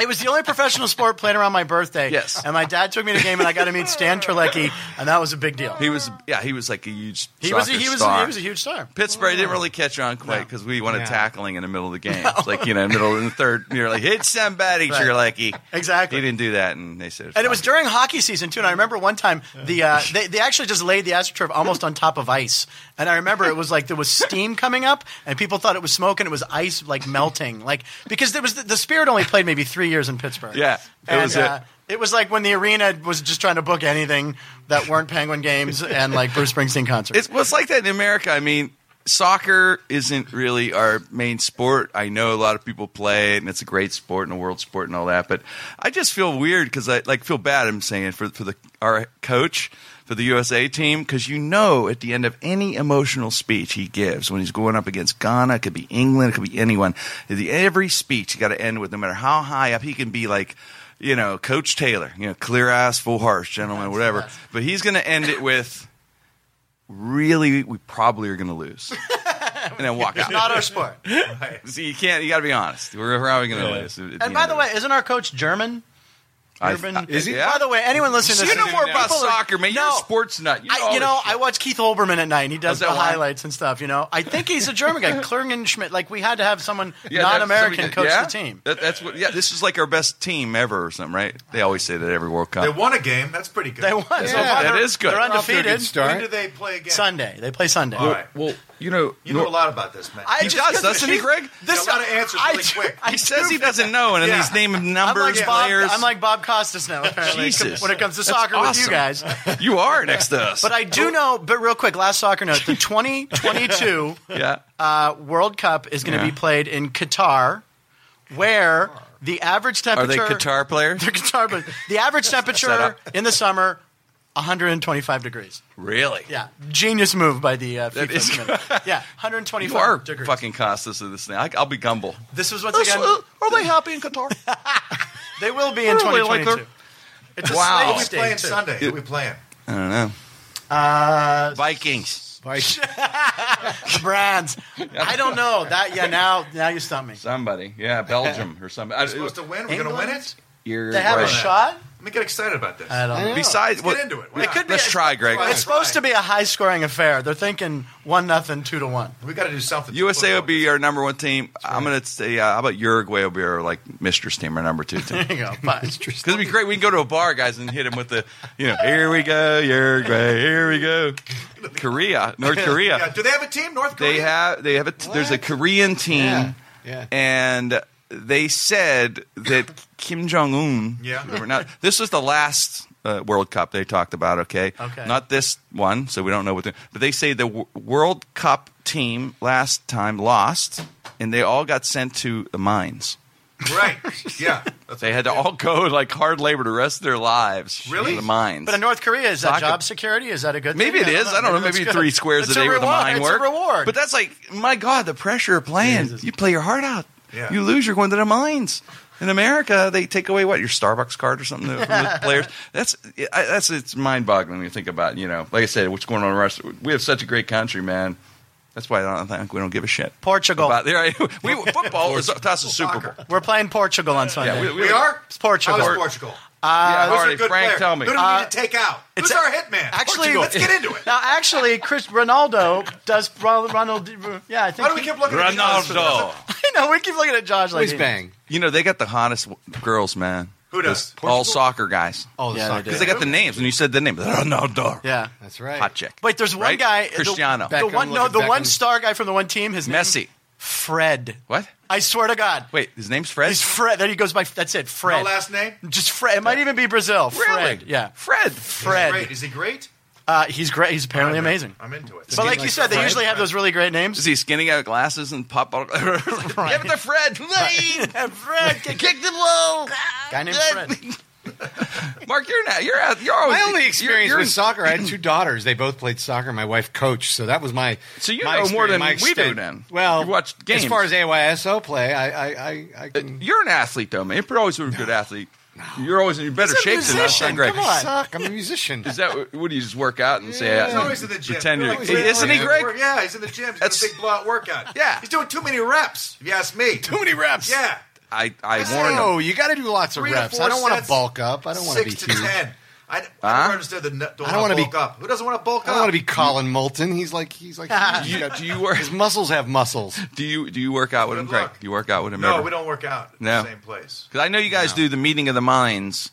Speaker 4: It was the only professional sport played around my birthday.
Speaker 3: Yes.
Speaker 4: and my dad took me to a game, and I got to meet Stan Terlecki, and that was a big deal.
Speaker 3: he was yeah, he was like a huge.
Speaker 4: He was a,
Speaker 3: soccer
Speaker 4: he was
Speaker 3: star.
Speaker 4: a, he was a huge star.
Speaker 3: Pittsburgh didn't really catch on quite because we wanted
Speaker 6: No.
Speaker 3: tackling in the middle of the game. It's like you know, middle and third, you're like hit somebody,
Speaker 4: Right.
Speaker 3: Terlecki.
Speaker 4: Exactly.
Speaker 3: He didn't do that, and they said.
Speaker 4: And it was
Speaker 3: "Fuck
Speaker 4: during hockey season too. And I remember one time the uh, they they actually just laid the astroturf almost on top of ice. And I remember it was like there was steam coming up, and people thought it was smoke, and it was ice like melting, like because there was the, the Spirit only played maybe three years in Pittsburgh.
Speaker 3: Yeah, it
Speaker 4: and,
Speaker 3: was
Speaker 4: uh, it was like when the arena was just trying to book anything that weren't Penguin games and like Bruce Springsteen concerts.
Speaker 3: It's what's like that in America. I mean, soccer isn't really our main sport. I know a lot of people play it, and it's a great sport and a world sport and all that. But I just feel weird because I like feel bad. I'm saying for for the our coach for the USA team because you know at the end of any emotional speech he gives when he's going up against Ghana, it could be England, it could be anyone. at the- Every speech you got to end with, no matter how high up he can be, like. You know, Coach Taylor, you know, clear eyes, full hearts, gentlemen, whatever. But he's going to end it with, really we probably are going to lose and then walk out
Speaker 4: not our sport.
Speaker 3: See, you can't you got to be honest we're probably going to lose at
Speaker 4: And by the way, isn't our coach German? Urban?
Speaker 3: is he
Speaker 4: By the way, anyone listening to
Speaker 3: you
Speaker 4: this,
Speaker 3: know more about
Speaker 4: People are-
Speaker 3: soccer man you're a
Speaker 4: No.
Speaker 3: sports nut you know,
Speaker 4: I,
Speaker 3: all
Speaker 4: you know,
Speaker 3: this
Speaker 4: I watch Keith Olbermann at night, and he does
Speaker 3: Is
Speaker 4: the
Speaker 3: that why?
Speaker 4: highlights and stuff. You know, I think he's a German guy, Schmidt. Like we had to have someone
Speaker 3: shit. Yeah, that's
Speaker 4: non-American
Speaker 3: something-
Speaker 4: coach
Speaker 3: yeah?
Speaker 4: the team.
Speaker 3: That- that's what yeah this is like our best team ever or something right they always say that every world
Speaker 5: They
Speaker 3: cup
Speaker 5: won a game. That's pretty good.
Speaker 4: They won. so
Speaker 6: Yeah.
Speaker 4: far.
Speaker 3: That is good.
Speaker 4: They're
Speaker 3: They're
Speaker 6: off to a good
Speaker 4: undefeated.
Speaker 6: start.
Speaker 5: When do they play again?
Speaker 4: Sunday, they play Sunday.
Speaker 5: All right.
Speaker 3: well you know
Speaker 5: You know a lot about this, man.
Speaker 4: I
Speaker 3: he
Speaker 4: just-
Speaker 3: does doesn't he greg
Speaker 5: This- got a lot of answers
Speaker 4: I-
Speaker 5: really quick.
Speaker 4: I-
Speaker 3: he says he doesn't know and then
Speaker 5: Yeah.
Speaker 3: he's naming
Speaker 4: I'm
Speaker 3: numbers
Speaker 4: like, Bob,
Speaker 3: players
Speaker 4: I'm like Bob Costas now, apparently,
Speaker 3: Jesus.
Speaker 4: when it comes to
Speaker 3: That's
Speaker 4: soccer with
Speaker 3: awesome.
Speaker 4: you guys.
Speaker 3: you are next to us
Speaker 4: But I do know, but real quick, last soccer note the 2022
Speaker 3: yeah
Speaker 4: uh, World Cup is going to
Speaker 3: Yeah.
Speaker 4: be played in Qatar, where the average
Speaker 3: are they
Speaker 4: temperature.
Speaker 3: guitar players
Speaker 4: the guitar, but the average
Speaker 3: Set
Speaker 4: temperature
Speaker 3: up.
Speaker 4: in the summer, 125 degrees.
Speaker 3: really
Speaker 4: Yeah, genius move by the uh, FIFA.
Speaker 3: is-
Speaker 4: committee. yeah,
Speaker 3: You are
Speaker 4: 125 degrees.
Speaker 3: fucking Costas of this thing. I, I'll be Gumble.
Speaker 4: This was once again.
Speaker 3: are they happy in Qatar?
Speaker 4: They will be in
Speaker 3: I really like
Speaker 4: 2022.
Speaker 3: their-
Speaker 4: it's a
Speaker 3: Wow.
Speaker 5: Who we
Speaker 4: slave state,
Speaker 5: playing
Speaker 4: too.
Speaker 5: Sunday? Who we playing?
Speaker 3: I don't know. Uh, Vikings.
Speaker 4: Brands. I don't know that. Yeah, now now you stump me.
Speaker 3: Somebody. Yeah, Belgium or something. I,
Speaker 5: Supposed to win? We're going to win it?
Speaker 3: You're
Speaker 4: They have a
Speaker 3: right.
Speaker 4: shot.
Speaker 5: Let me get excited about this.
Speaker 4: I don't. know.
Speaker 3: Besides,
Speaker 5: Let's get into it. Why
Speaker 3: It
Speaker 5: not?
Speaker 3: could be, let's try, Greg.
Speaker 5: Let's
Speaker 4: It's supposed to be a high scoring affair. They're thinking one nothing, two to one.
Speaker 5: We got to do something.
Speaker 3: USA will be our number one team. I'm going to say, uh, how about Uruguay will be our like mistress team, our number two team?
Speaker 4: There you go. But
Speaker 3: Because it'd be great. We can go to a bar, guys, and hit him with the, you know, here we go, Uruguay, here we go. Korea, North Korea.
Speaker 5: Yeah. Do they have a team? North Korea.
Speaker 3: They have they have a t- there's a Korean team,
Speaker 6: Yeah, yeah.
Speaker 3: and they said that Kim Jong Un.
Speaker 5: Yeah.
Speaker 3: this was the last uh, World Cup they talked about. Okay,
Speaker 4: Okay.
Speaker 3: not this one, so we don't know what. They're, but they say the w- World Cup team last time lost, and they all got sent to the mines.
Speaker 5: Right. Yeah. That's
Speaker 3: They had to all go like hard labor the rest of their lives.
Speaker 5: Really?
Speaker 3: to the mines.
Speaker 4: But in North Korea, is that
Speaker 3: Soccer-
Speaker 4: job security? Is that a good?
Speaker 3: Maybe it
Speaker 4: thing?
Speaker 3: is. I don't know.
Speaker 4: it's
Speaker 3: Maybe
Speaker 4: good.
Speaker 3: three squares a
Speaker 4: It's
Speaker 3: day with a
Speaker 4: reward.
Speaker 3: mine
Speaker 4: it's
Speaker 3: work.
Speaker 4: A reward.
Speaker 3: But that's like, my God, the pressure of playing. You play your heart out.
Speaker 5: Yeah.
Speaker 3: You lose, you're going to the mines. In America, they take away what your Starbucks card or something from the players. That's I- that's it's mind boggling when you think about you know. Like I said, what's going on in Russia? We have such a great country, man. That's why I don't think we don't give a shit.
Speaker 4: Portugal.
Speaker 3: About there, we football is that's a Super Bowl.
Speaker 4: We're playing Portugal on Sunday.
Speaker 3: Yeah, we, we-
Speaker 5: We are.
Speaker 4: It's Portugal. Uh,
Speaker 5: How is Portugal?
Speaker 3: yeah,
Speaker 5: Who's
Speaker 3: Hardy,
Speaker 5: a good
Speaker 3: Frank,
Speaker 5: player?
Speaker 3: tell me.
Speaker 5: Who do we need to take out? Who's
Speaker 4: it's-
Speaker 5: our hitman?
Speaker 4: actually-
Speaker 5: let's get into it.
Speaker 4: Now, actually, Chris Ronaldo does Ronald. Ronald yeah, I think.
Speaker 5: Why do we
Speaker 4: he-
Speaker 5: keep looking at Josh?
Speaker 3: Ronaldo.
Speaker 4: I know we keep looking at Josh like
Speaker 6: Always
Speaker 4: he-
Speaker 6: bang.
Speaker 3: You know, they got the hottest w- girls, man.
Speaker 5: Who does?
Speaker 3: Those All soccer guys.
Speaker 6: Oh, the
Speaker 4: Yeah,
Speaker 6: soccer.
Speaker 4: they
Speaker 3: Because they got the names, and you said the name. "Oh, Ronaldo.
Speaker 4: Yeah.
Speaker 6: That's right.
Speaker 3: Hot chick.
Speaker 4: Wait, there's one
Speaker 3: Right?
Speaker 4: guy. the-
Speaker 3: Cristiano.
Speaker 4: The,
Speaker 6: Beckham,
Speaker 4: one, no,
Speaker 6: look at
Speaker 4: the one
Speaker 6: Beckham.
Speaker 4: star guy from the one team. His name-
Speaker 3: Messi.
Speaker 4: Fred.
Speaker 3: What?
Speaker 4: I swear to God.
Speaker 3: Wait, his name's Fred?
Speaker 4: He's Fred. There he goes by. That's it. Fred.
Speaker 5: No last name?
Speaker 4: Just Fred. It might even be Brazil.
Speaker 3: Really?
Speaker 4: Fred. Yeah.
Speaker 3: Fred.
Speaker 5: Great.
Speaker 4: Fred.
Speaker 5: Is he great?
Speaker 4: Uh, he's great. He's apparently amazing.
Speaker 5: I'm into it.
Speaker 4: But like you said, they usually have those really great
Speaker 3: Is
Speaker 4: names.
Speaker 3: he skinny out glasses and pop bottle? Give it to Fred.
Speaker 4: Yeah, Fred. Kick,
Speaker 3: Kick the ball.
Speaker 4: guy named Fred.
Speaker 3: Mark, you're not. You're out. You're always.
Speaker 6: My only
Speaker 3: you're-
Speaker 6: experience
Speaker 3: you're-
Speaker 6: with soccer, I had two daughters. They both played soccer. My wife coached, so that was my.
Speaker 3: So you
Speaker 6: my
Speaker 3: know more
Speaker 6: experience,
Speaker 3: than
Speaker 6: my
Speaker 3: we do
Speaker 6: extent.
Speaker 3: then.
Speaker 6: Well,
Speaker 3: You watched games. Uh,
Speaker 6: as far as AYSO play, I, I, I, I can.
Speaker 3: You're an athlete, though, man. You're always a good athlete. You're always in better
Speaker 4: He's a
Speaker 3: shape than us.
Speaker 4: musician,
Speaker 3: Not Greg.
Speaker 4: come on.
Speaker 6: I suck. I'm a musician.
Speaker 3: Is that what do you just work out and say? uh,
Speaker 5: He's always in the gym.
Speaker 3: Pretend
Speaker 5: He's
Speaker 3: you're,
Speaker 5: always in
Speaker 3: isn't
Speaker 5: the
Speaker 3: he
Speaker 5: gym.
Speaker 3: Greg?
Speaker 5: Yeah, he's in the gym. He's got
Speaker 3: That's-
Speaker 5: a big blowout workout.
Speaker 3: Yeah.
Speaker 5: He's doing too many reps, if you ask me. Too
Speaker 6: many reps.
Speaker 5: Yeah.
Speaker 3: I I warned him.
Speaker 6: No, you got to do lots of
Speaker 5: Three to
Speaker 6: reps.
Speaker 5: four
Speaker 6: I don't want to
Speaker 5: sets,
Speaker 6: bulk up. I don't want to be
Speaker 5: Six to
Speaker 6: huge.
Speaker 5: ten. I, I
Speaker 3: Huh?
Speaker 5: never understood the n-
Speaker 6: I
Speaker 5: don't
Speaker 6: don't
Speaker 5: want
Speaker 6: wanna
Speaker 5: to
Speaker 6: be-
Speaker 5: bulk up. Who doesn't want to bulk
Speaker 6: I don't
Speaker 5: up?
Speaker 6: want to be Colin Moulton. He's like he's like huge. He's
Speaker 3: You,
Speaker 6: got-
Speaker 3: do you work?
Speaker 6: his muscles have muscles.
Speaker 3: Do you do you work out with him,
Speaker 5: Good
Speaker 3: Greg?
Speaker 5: luck.
Speaker 3: Do you work out with him?
Speaker 5: No,
Speaker 3: ever?
Speaker 5: we don't work out in
Speaker 3: No.
Speaker 5: the same place.
Speaker 3: Because I know you guys do the meeting of the minds,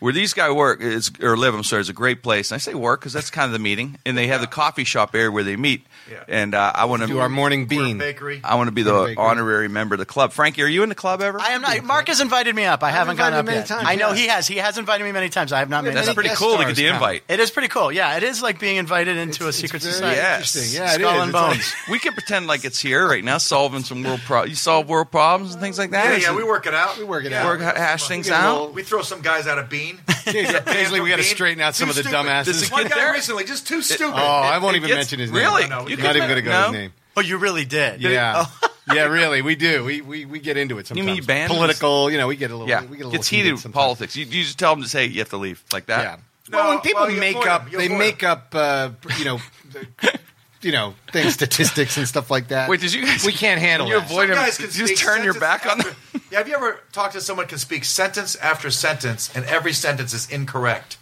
Speaker 3: where these guys work is, or live. I'm sorry, is a great place. And I say work because that's kind of the meeting, and they have the coffee shop area where they meet.
Speaker 5: Yeah.
Speaker 3: And uh, I want
Speaker 6: Do our
Speaker 3: to,
Speaker 6: morning
Speaker 5: We're a
Speaker 6: bean.
Speaker 5: bakery.
Speaker 3: I want to be the
Speaker 6: We're big.
Speaker 3: honorary member of the club. Frankie, are you in the club ever?
Speaker 4: I am not. Mark has invited me up. I haven't gone
Speaker 6: invited
Speaker 4: up
Speaker 6: him many
Speaker 4: yet.
Speaker 6: times,
Speaker 4: I know
Speaker 6: yeah.
Speaker 4: he has. He has invited me many times. I have not made
Speaker 3: that's
Speaker 4: it up
Speaker 3: pretty
Speaker 4: yet.
Speaker 6: guest
Speaker 3: cool to get
Speaker 6: stars
Speaker 3: the
Speaker 6: come.
Speaker 3: invite.
Speaker 4: It is pretty cool. Yeah, it is like being invited into a
Speaker 6: It's-
Speaker 4: secret
Speaker 6: it's very
Speaker 4: society.
Speaker 3: Yes.
Speaker 6: Interesting. Yeah, it
Speaker 4: Skull
Speaker 6: is.
Speaker 4: and
Speaker 6: It's like-
Speaker 4: bones.
Speaker 3: We can pretend like it's here right now, solving some world pro. You solve world problems and things like that.
Speaker 5: Yeah, yeah, we work it out. We
Speaker 6: work it
Speaker 5: yeah,
Speaker 6: out.
Speaker 3: Work
Speaker 5: we got
Speaker 3: hash
Speaker 5: some-
Speaker 3: things
Speaker 5: we get a
Speaker 3: out.
Speaker 5: little- We throw some guys out of bean.
Speaker 6: Paisley, we got to straighten out some
Speaker 5: Too
Speaker 6: of the
Speaker 5: stupid.
Speaker 3: Does
Speaker 6: dumbasses.
Speaker 3: it
Speaker 5: One
Speaker 3: get
Speaker 5: guy
Speaker 3: there?
Speaker 5: recently, just too
Speaker 6: Oh,
Speaker 5: stupid.
Speaker 6: I won't
Speaker 3: It
Speaker 6: even
Speaker 3: gets-
Speaker 6: mention his
Speaker 3: really?
Speaker 6: name.
Speaker 5: No, no, we
Speaker 3: You
Speaker 5: can't.
Speaker 6: I'm
Speaker 3: can
Speaker 6: not
Speaker 3: men-
Speaker 6: even going to go
Speaker 3: no?
Speaker 6: to his name.
Speaker 4: Oh, you really did.
Speaker 6: Yeah, yeah, really, we do. We we, we get into it
Speaker 3: mean
Speaker 6: sometimes.
Speaker 3: banned?
Speaker 6: political? You know, we get a little.
Speaker 3: Yeah,
Speaker 6: we get a little
Speaker 3: gets heated with
Speaker 6: sometimes.
Speaker 3: politics. You, you just tell them to say you have to leave like that.
Speaker 6: Yeah.
Speaker 5: No,
Speaker 6: well, when people
Speaker 5: well, you
Speaker 6: make
Speaker 5: avoid
Speaker 6: up,
Speaker 5: them. You
Speaker 6: they
Speaker 5: avoid
Speaker 6: make up, uh, you know, the- you know, things, statistics and stuff like that.
Speaker 3: Wait, did you guys-
Speaker 6: We can't handle
Speaker 3: you
Speaker 6: it.
Speaker 3: avoid
Speaker 5: Some
Speaker 3: him.
Speaker 5: guys can
Speaker 3: Just
Speaker 5: speak
Speaker 3: turn your
Speaker 5: sentence
Speaker 3: back on them.
Speaker 5: after- Yeah, have you ever talked to someone who can speak sentence after sentence and every sentence is incorrect?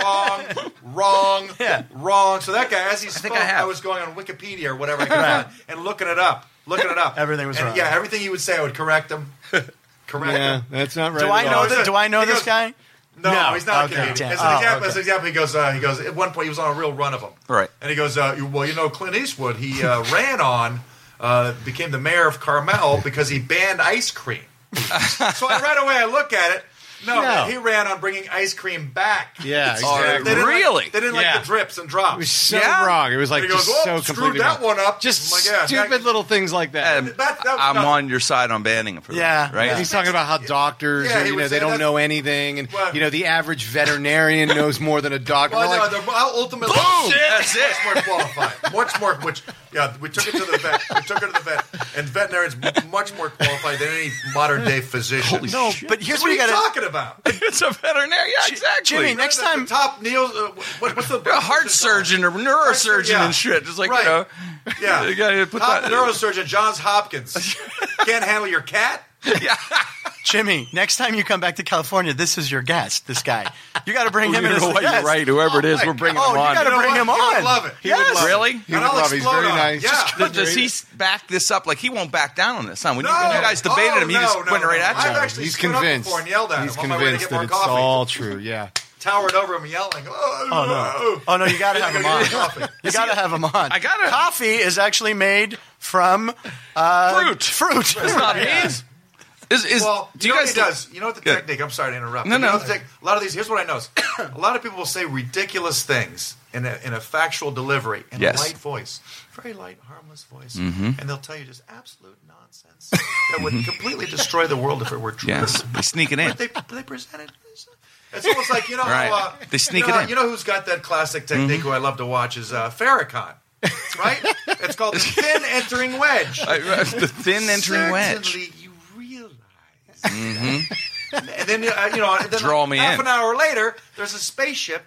Speaker 5: wrong, wrong, wrong. So that guy, as he spoke,
Speaker 3: I
Speaker 5: I,
Speaker 3: have.
Speaker 5: was going on Wikipedia or whatever I could find and looking it up, looking it up.
Speaker 4: Everything was
Speaker 5: And,
Speaker 4: wrong.
Speaker 5: Yeah, everything he would say, I would correct him. correct
Speaker 6: yeah,
Speaker 5: him.
Speaker 6: that's not right.
Speaker 4: Do
Speaker 6: at
Speaker 4: I know
Speaker 6: all.
Speaker 4: this? Do I know
Speaker 5: He
Speaker 4: this
Speaker 5: goes-
Speaker 4: guy?
Speaker 5: No,
Speaker 4: No.
Speaker 5: he's not
Speaker 4: Okay.
Speaker 5: a comedian.
Speaker 4: Damn.
Speaker 5: As an
Speaker 4: Oh,
Speaker 5: example,
Speaker 4: okay.
Speaker 5: as an example, he goes. Uh, he goes. At one point, he was on a real run of them.
Speaker 3: Right.
Speaker 5: And he goes, uh, "Well, you know, Clint Eastwood. He uh, ran on, uh, became the mayor of Carmel because he banned ice cream. so I, right away, I look at it. No,
Speaker 6: No.
Speaker 5: he ran on bringing ice cream back.
Speaker 6: Yeah,
Speaker 5: So they-
Speaker 6: exactly.
Speaker 5: they didn't like-
Speaker 3: Really?
Speaker 5: they didn't
Speaker 6: Yeah.
Speaker 5: like the drips and
Speaker 6: It was
Speaker 5: drops.
Speaker 6: so
Speaker 3: Yeah.
Speaker 6: wrong. It was like
Speaker 5: he goes,
Speaker 6: just
Speaker 5: "Oh,
Speaker 6: so
Speaker 5: screwed
Speaker 6: completely
Speaker 5: that
Speaker 6: wrong.
Speaker 5: one up."
Speaker 6: Just
Speaker 5: I'm like, yeah,
Speaker 6: stupid
Speaker 5: Oh that-
Speaker 6: little things like that.
Speaker 3: Um,
Speaker 5: That- that was
Speaker 3: I'm
Speaker 5: not-
Speaker 3: on your side on banning him for that.
Speaker 4: Yeah.
Speaker 3: Right?
Speaker 4: Yeah.
Speaker 6: He's talking about how doctors,
Speaker 5: Yeah,
Speaker 6: are,
Speaker 5: he
Speaker 6: you
Speaker 5: would
Speaker 6: know, they
Speaker 5: say
Speaker 6: don't
Speaker 5: that-
Speaker 6: know anything, and
Speaker 5: Well-
Speaker 6: you know, the average veterinarian knows more than a doctor.
Speaker 5: Well,
Speaker 6: We're
Speaker 5: no,
Speaker 6: like,
Speaker 5: they're all ultimately
Speaker 3: That's it.
Speaker 5: much more qualified, much more. Which yeah, we took it to the vet. We took it to the vet, and veterinarians m- much more qualified than any modern day physician.
Speaker 3: Holy
Speaker 4: No,
Speaker 3: shit.
Speaker 4: but here's
Speaker 5: what are
Speaker 4: what
Speaker 5: you
Speaker 4: you got to.
Speaker 5: talking about?
Speaker 3: it's a veterinarian. Yeah, exactly.
Speaker 4: Jimmy, next
Speaker 5: The-
Speaker 4: time-
Speaker 5: the top Neil, uh, what, what's the
Speaker 3: a heart surgeon or neurosurgeon
Speaker 5: Yeah.
Speaker 3: and shit. Just like
Speaker 5: Right.
Speaker 3: you know,
Speaker 5: Yeah,
Speaker 3: You gotta put
Speaker 5: top
Speaker 3: that-
Speaker 5: neurosurgeon Johns Hopkins can't handle your cat.
Speaker 4: Jimmy, next time you come back to California, this is your guest, this guy. You got to bring him in as the
Speaker 3: You're
Speaker 4: guest.
Speaker 3: right, whoever it is, we're bringing
Speaker 4: Oh,
Speaker 3: him on.
Speaker 4: you got to
Speaker 5: know
Speaker 4: bring
Speaker 5: what?
Speaker 4: him
Speaker 5: He
Speaker 4: on.
Speaker 5: would love it. He would
Speaker 4: Yes.
Speaker 5: love it.
Speaker 3: Really?
Speaker 6: He
Speaker 5: and
Speaker 6: would
Speaker 5: I'll
Speaker 6: love it. He's
Speaker 5: explode
Speaker 6: very
Speaker 5: on him.
Speaker 6: nice.
Speaker 5: Yeah.
Speaker 3: Does, does he s- back this up? Like he won't back down on this. Huh? When,
Speaker 5: No.
Speaker 3: you, when you guys debated
Speaker 5: Oh,
Speaker 3: him, he
Speaker 5: no,
Speaker 3: just
Speaker 5: no,
Speaker 3: went right
Speaker 5: no.
Speaker 3: at you.
Speaker 5: I've actually
Speaker 6: he's
Speaker 5: stood up
Speaker 6: convinced.
Speaker 5: before and yelled at him
Speaker 6: He's
Speaker 5: on my way to
Speaker 6: convinced
Speaker 5: get
Speaker 6: that
Speaker 5: more
Speaker 6: it's
Speaker 5: coffee.
Speaker 6: all true. Yeah.
Speaker 5: Towered over him, yelling. Oh,
Speaker 4: Oh no! Oh no! You got to have him on.
Speaker 5: Coffee.
Speaker 4: You got to have him on. I
Speaker 3: gotta-
Speaker 4: Coffee is actually made from uh,
Speaker 3: Fruit.
Speaker 4: Fruit.
Speaker 3: It's not his. Is, is,
Speaker 5: Well,
Speaker 3: do
Speaker 5: you,
Speaker 3: you
Speaker 5: know
Speaker 3: guys
Speaker 5: what he does? You know what the
Speaker 3: Yeah.
Speaker 5: technique? I'm sorry to interrupt.
Speaker 3: No,
Speaker 5: but you
Speaker 3: no.
Speaker 5: know the tech- a lot of these. Here's what I know: a lot of people will say ridiculous things in a, in a factual delivery in
Speaker 3: Yes. Mm-hmm.
Speaker 5: a light voice, very light, harmless voice, and they'll tell you just absolute nonsense that would completely destroy the world if it were true.
Speaker 3: Yes, he's sneaking in.
Speaker 5: But they, but they present it. It's almost like you know.
Speaker 3: Right.
Speaker 5: how, uh,
Speaker 3: They sneak
Speaker 5: you know,
Speaker 3: it
Speaker 5: how-
Speaker 3: in. Mm-hmm.
Speaker 5: You know who's got that classic technique? Who I love to watch is uh, Farrakhan. Right? it's called the thin entering wedge
Speaker 3: the thin entering wedge.
Speaker 5: certainly you realize. and then uh, you know, and then
Speaker 3: Mm-hmm. Draw
Speaker 5: like
Speaker 3: me
Speaker 5: half
Speaker 3: in.
Speaker 5: an hour later, there's a spaceship.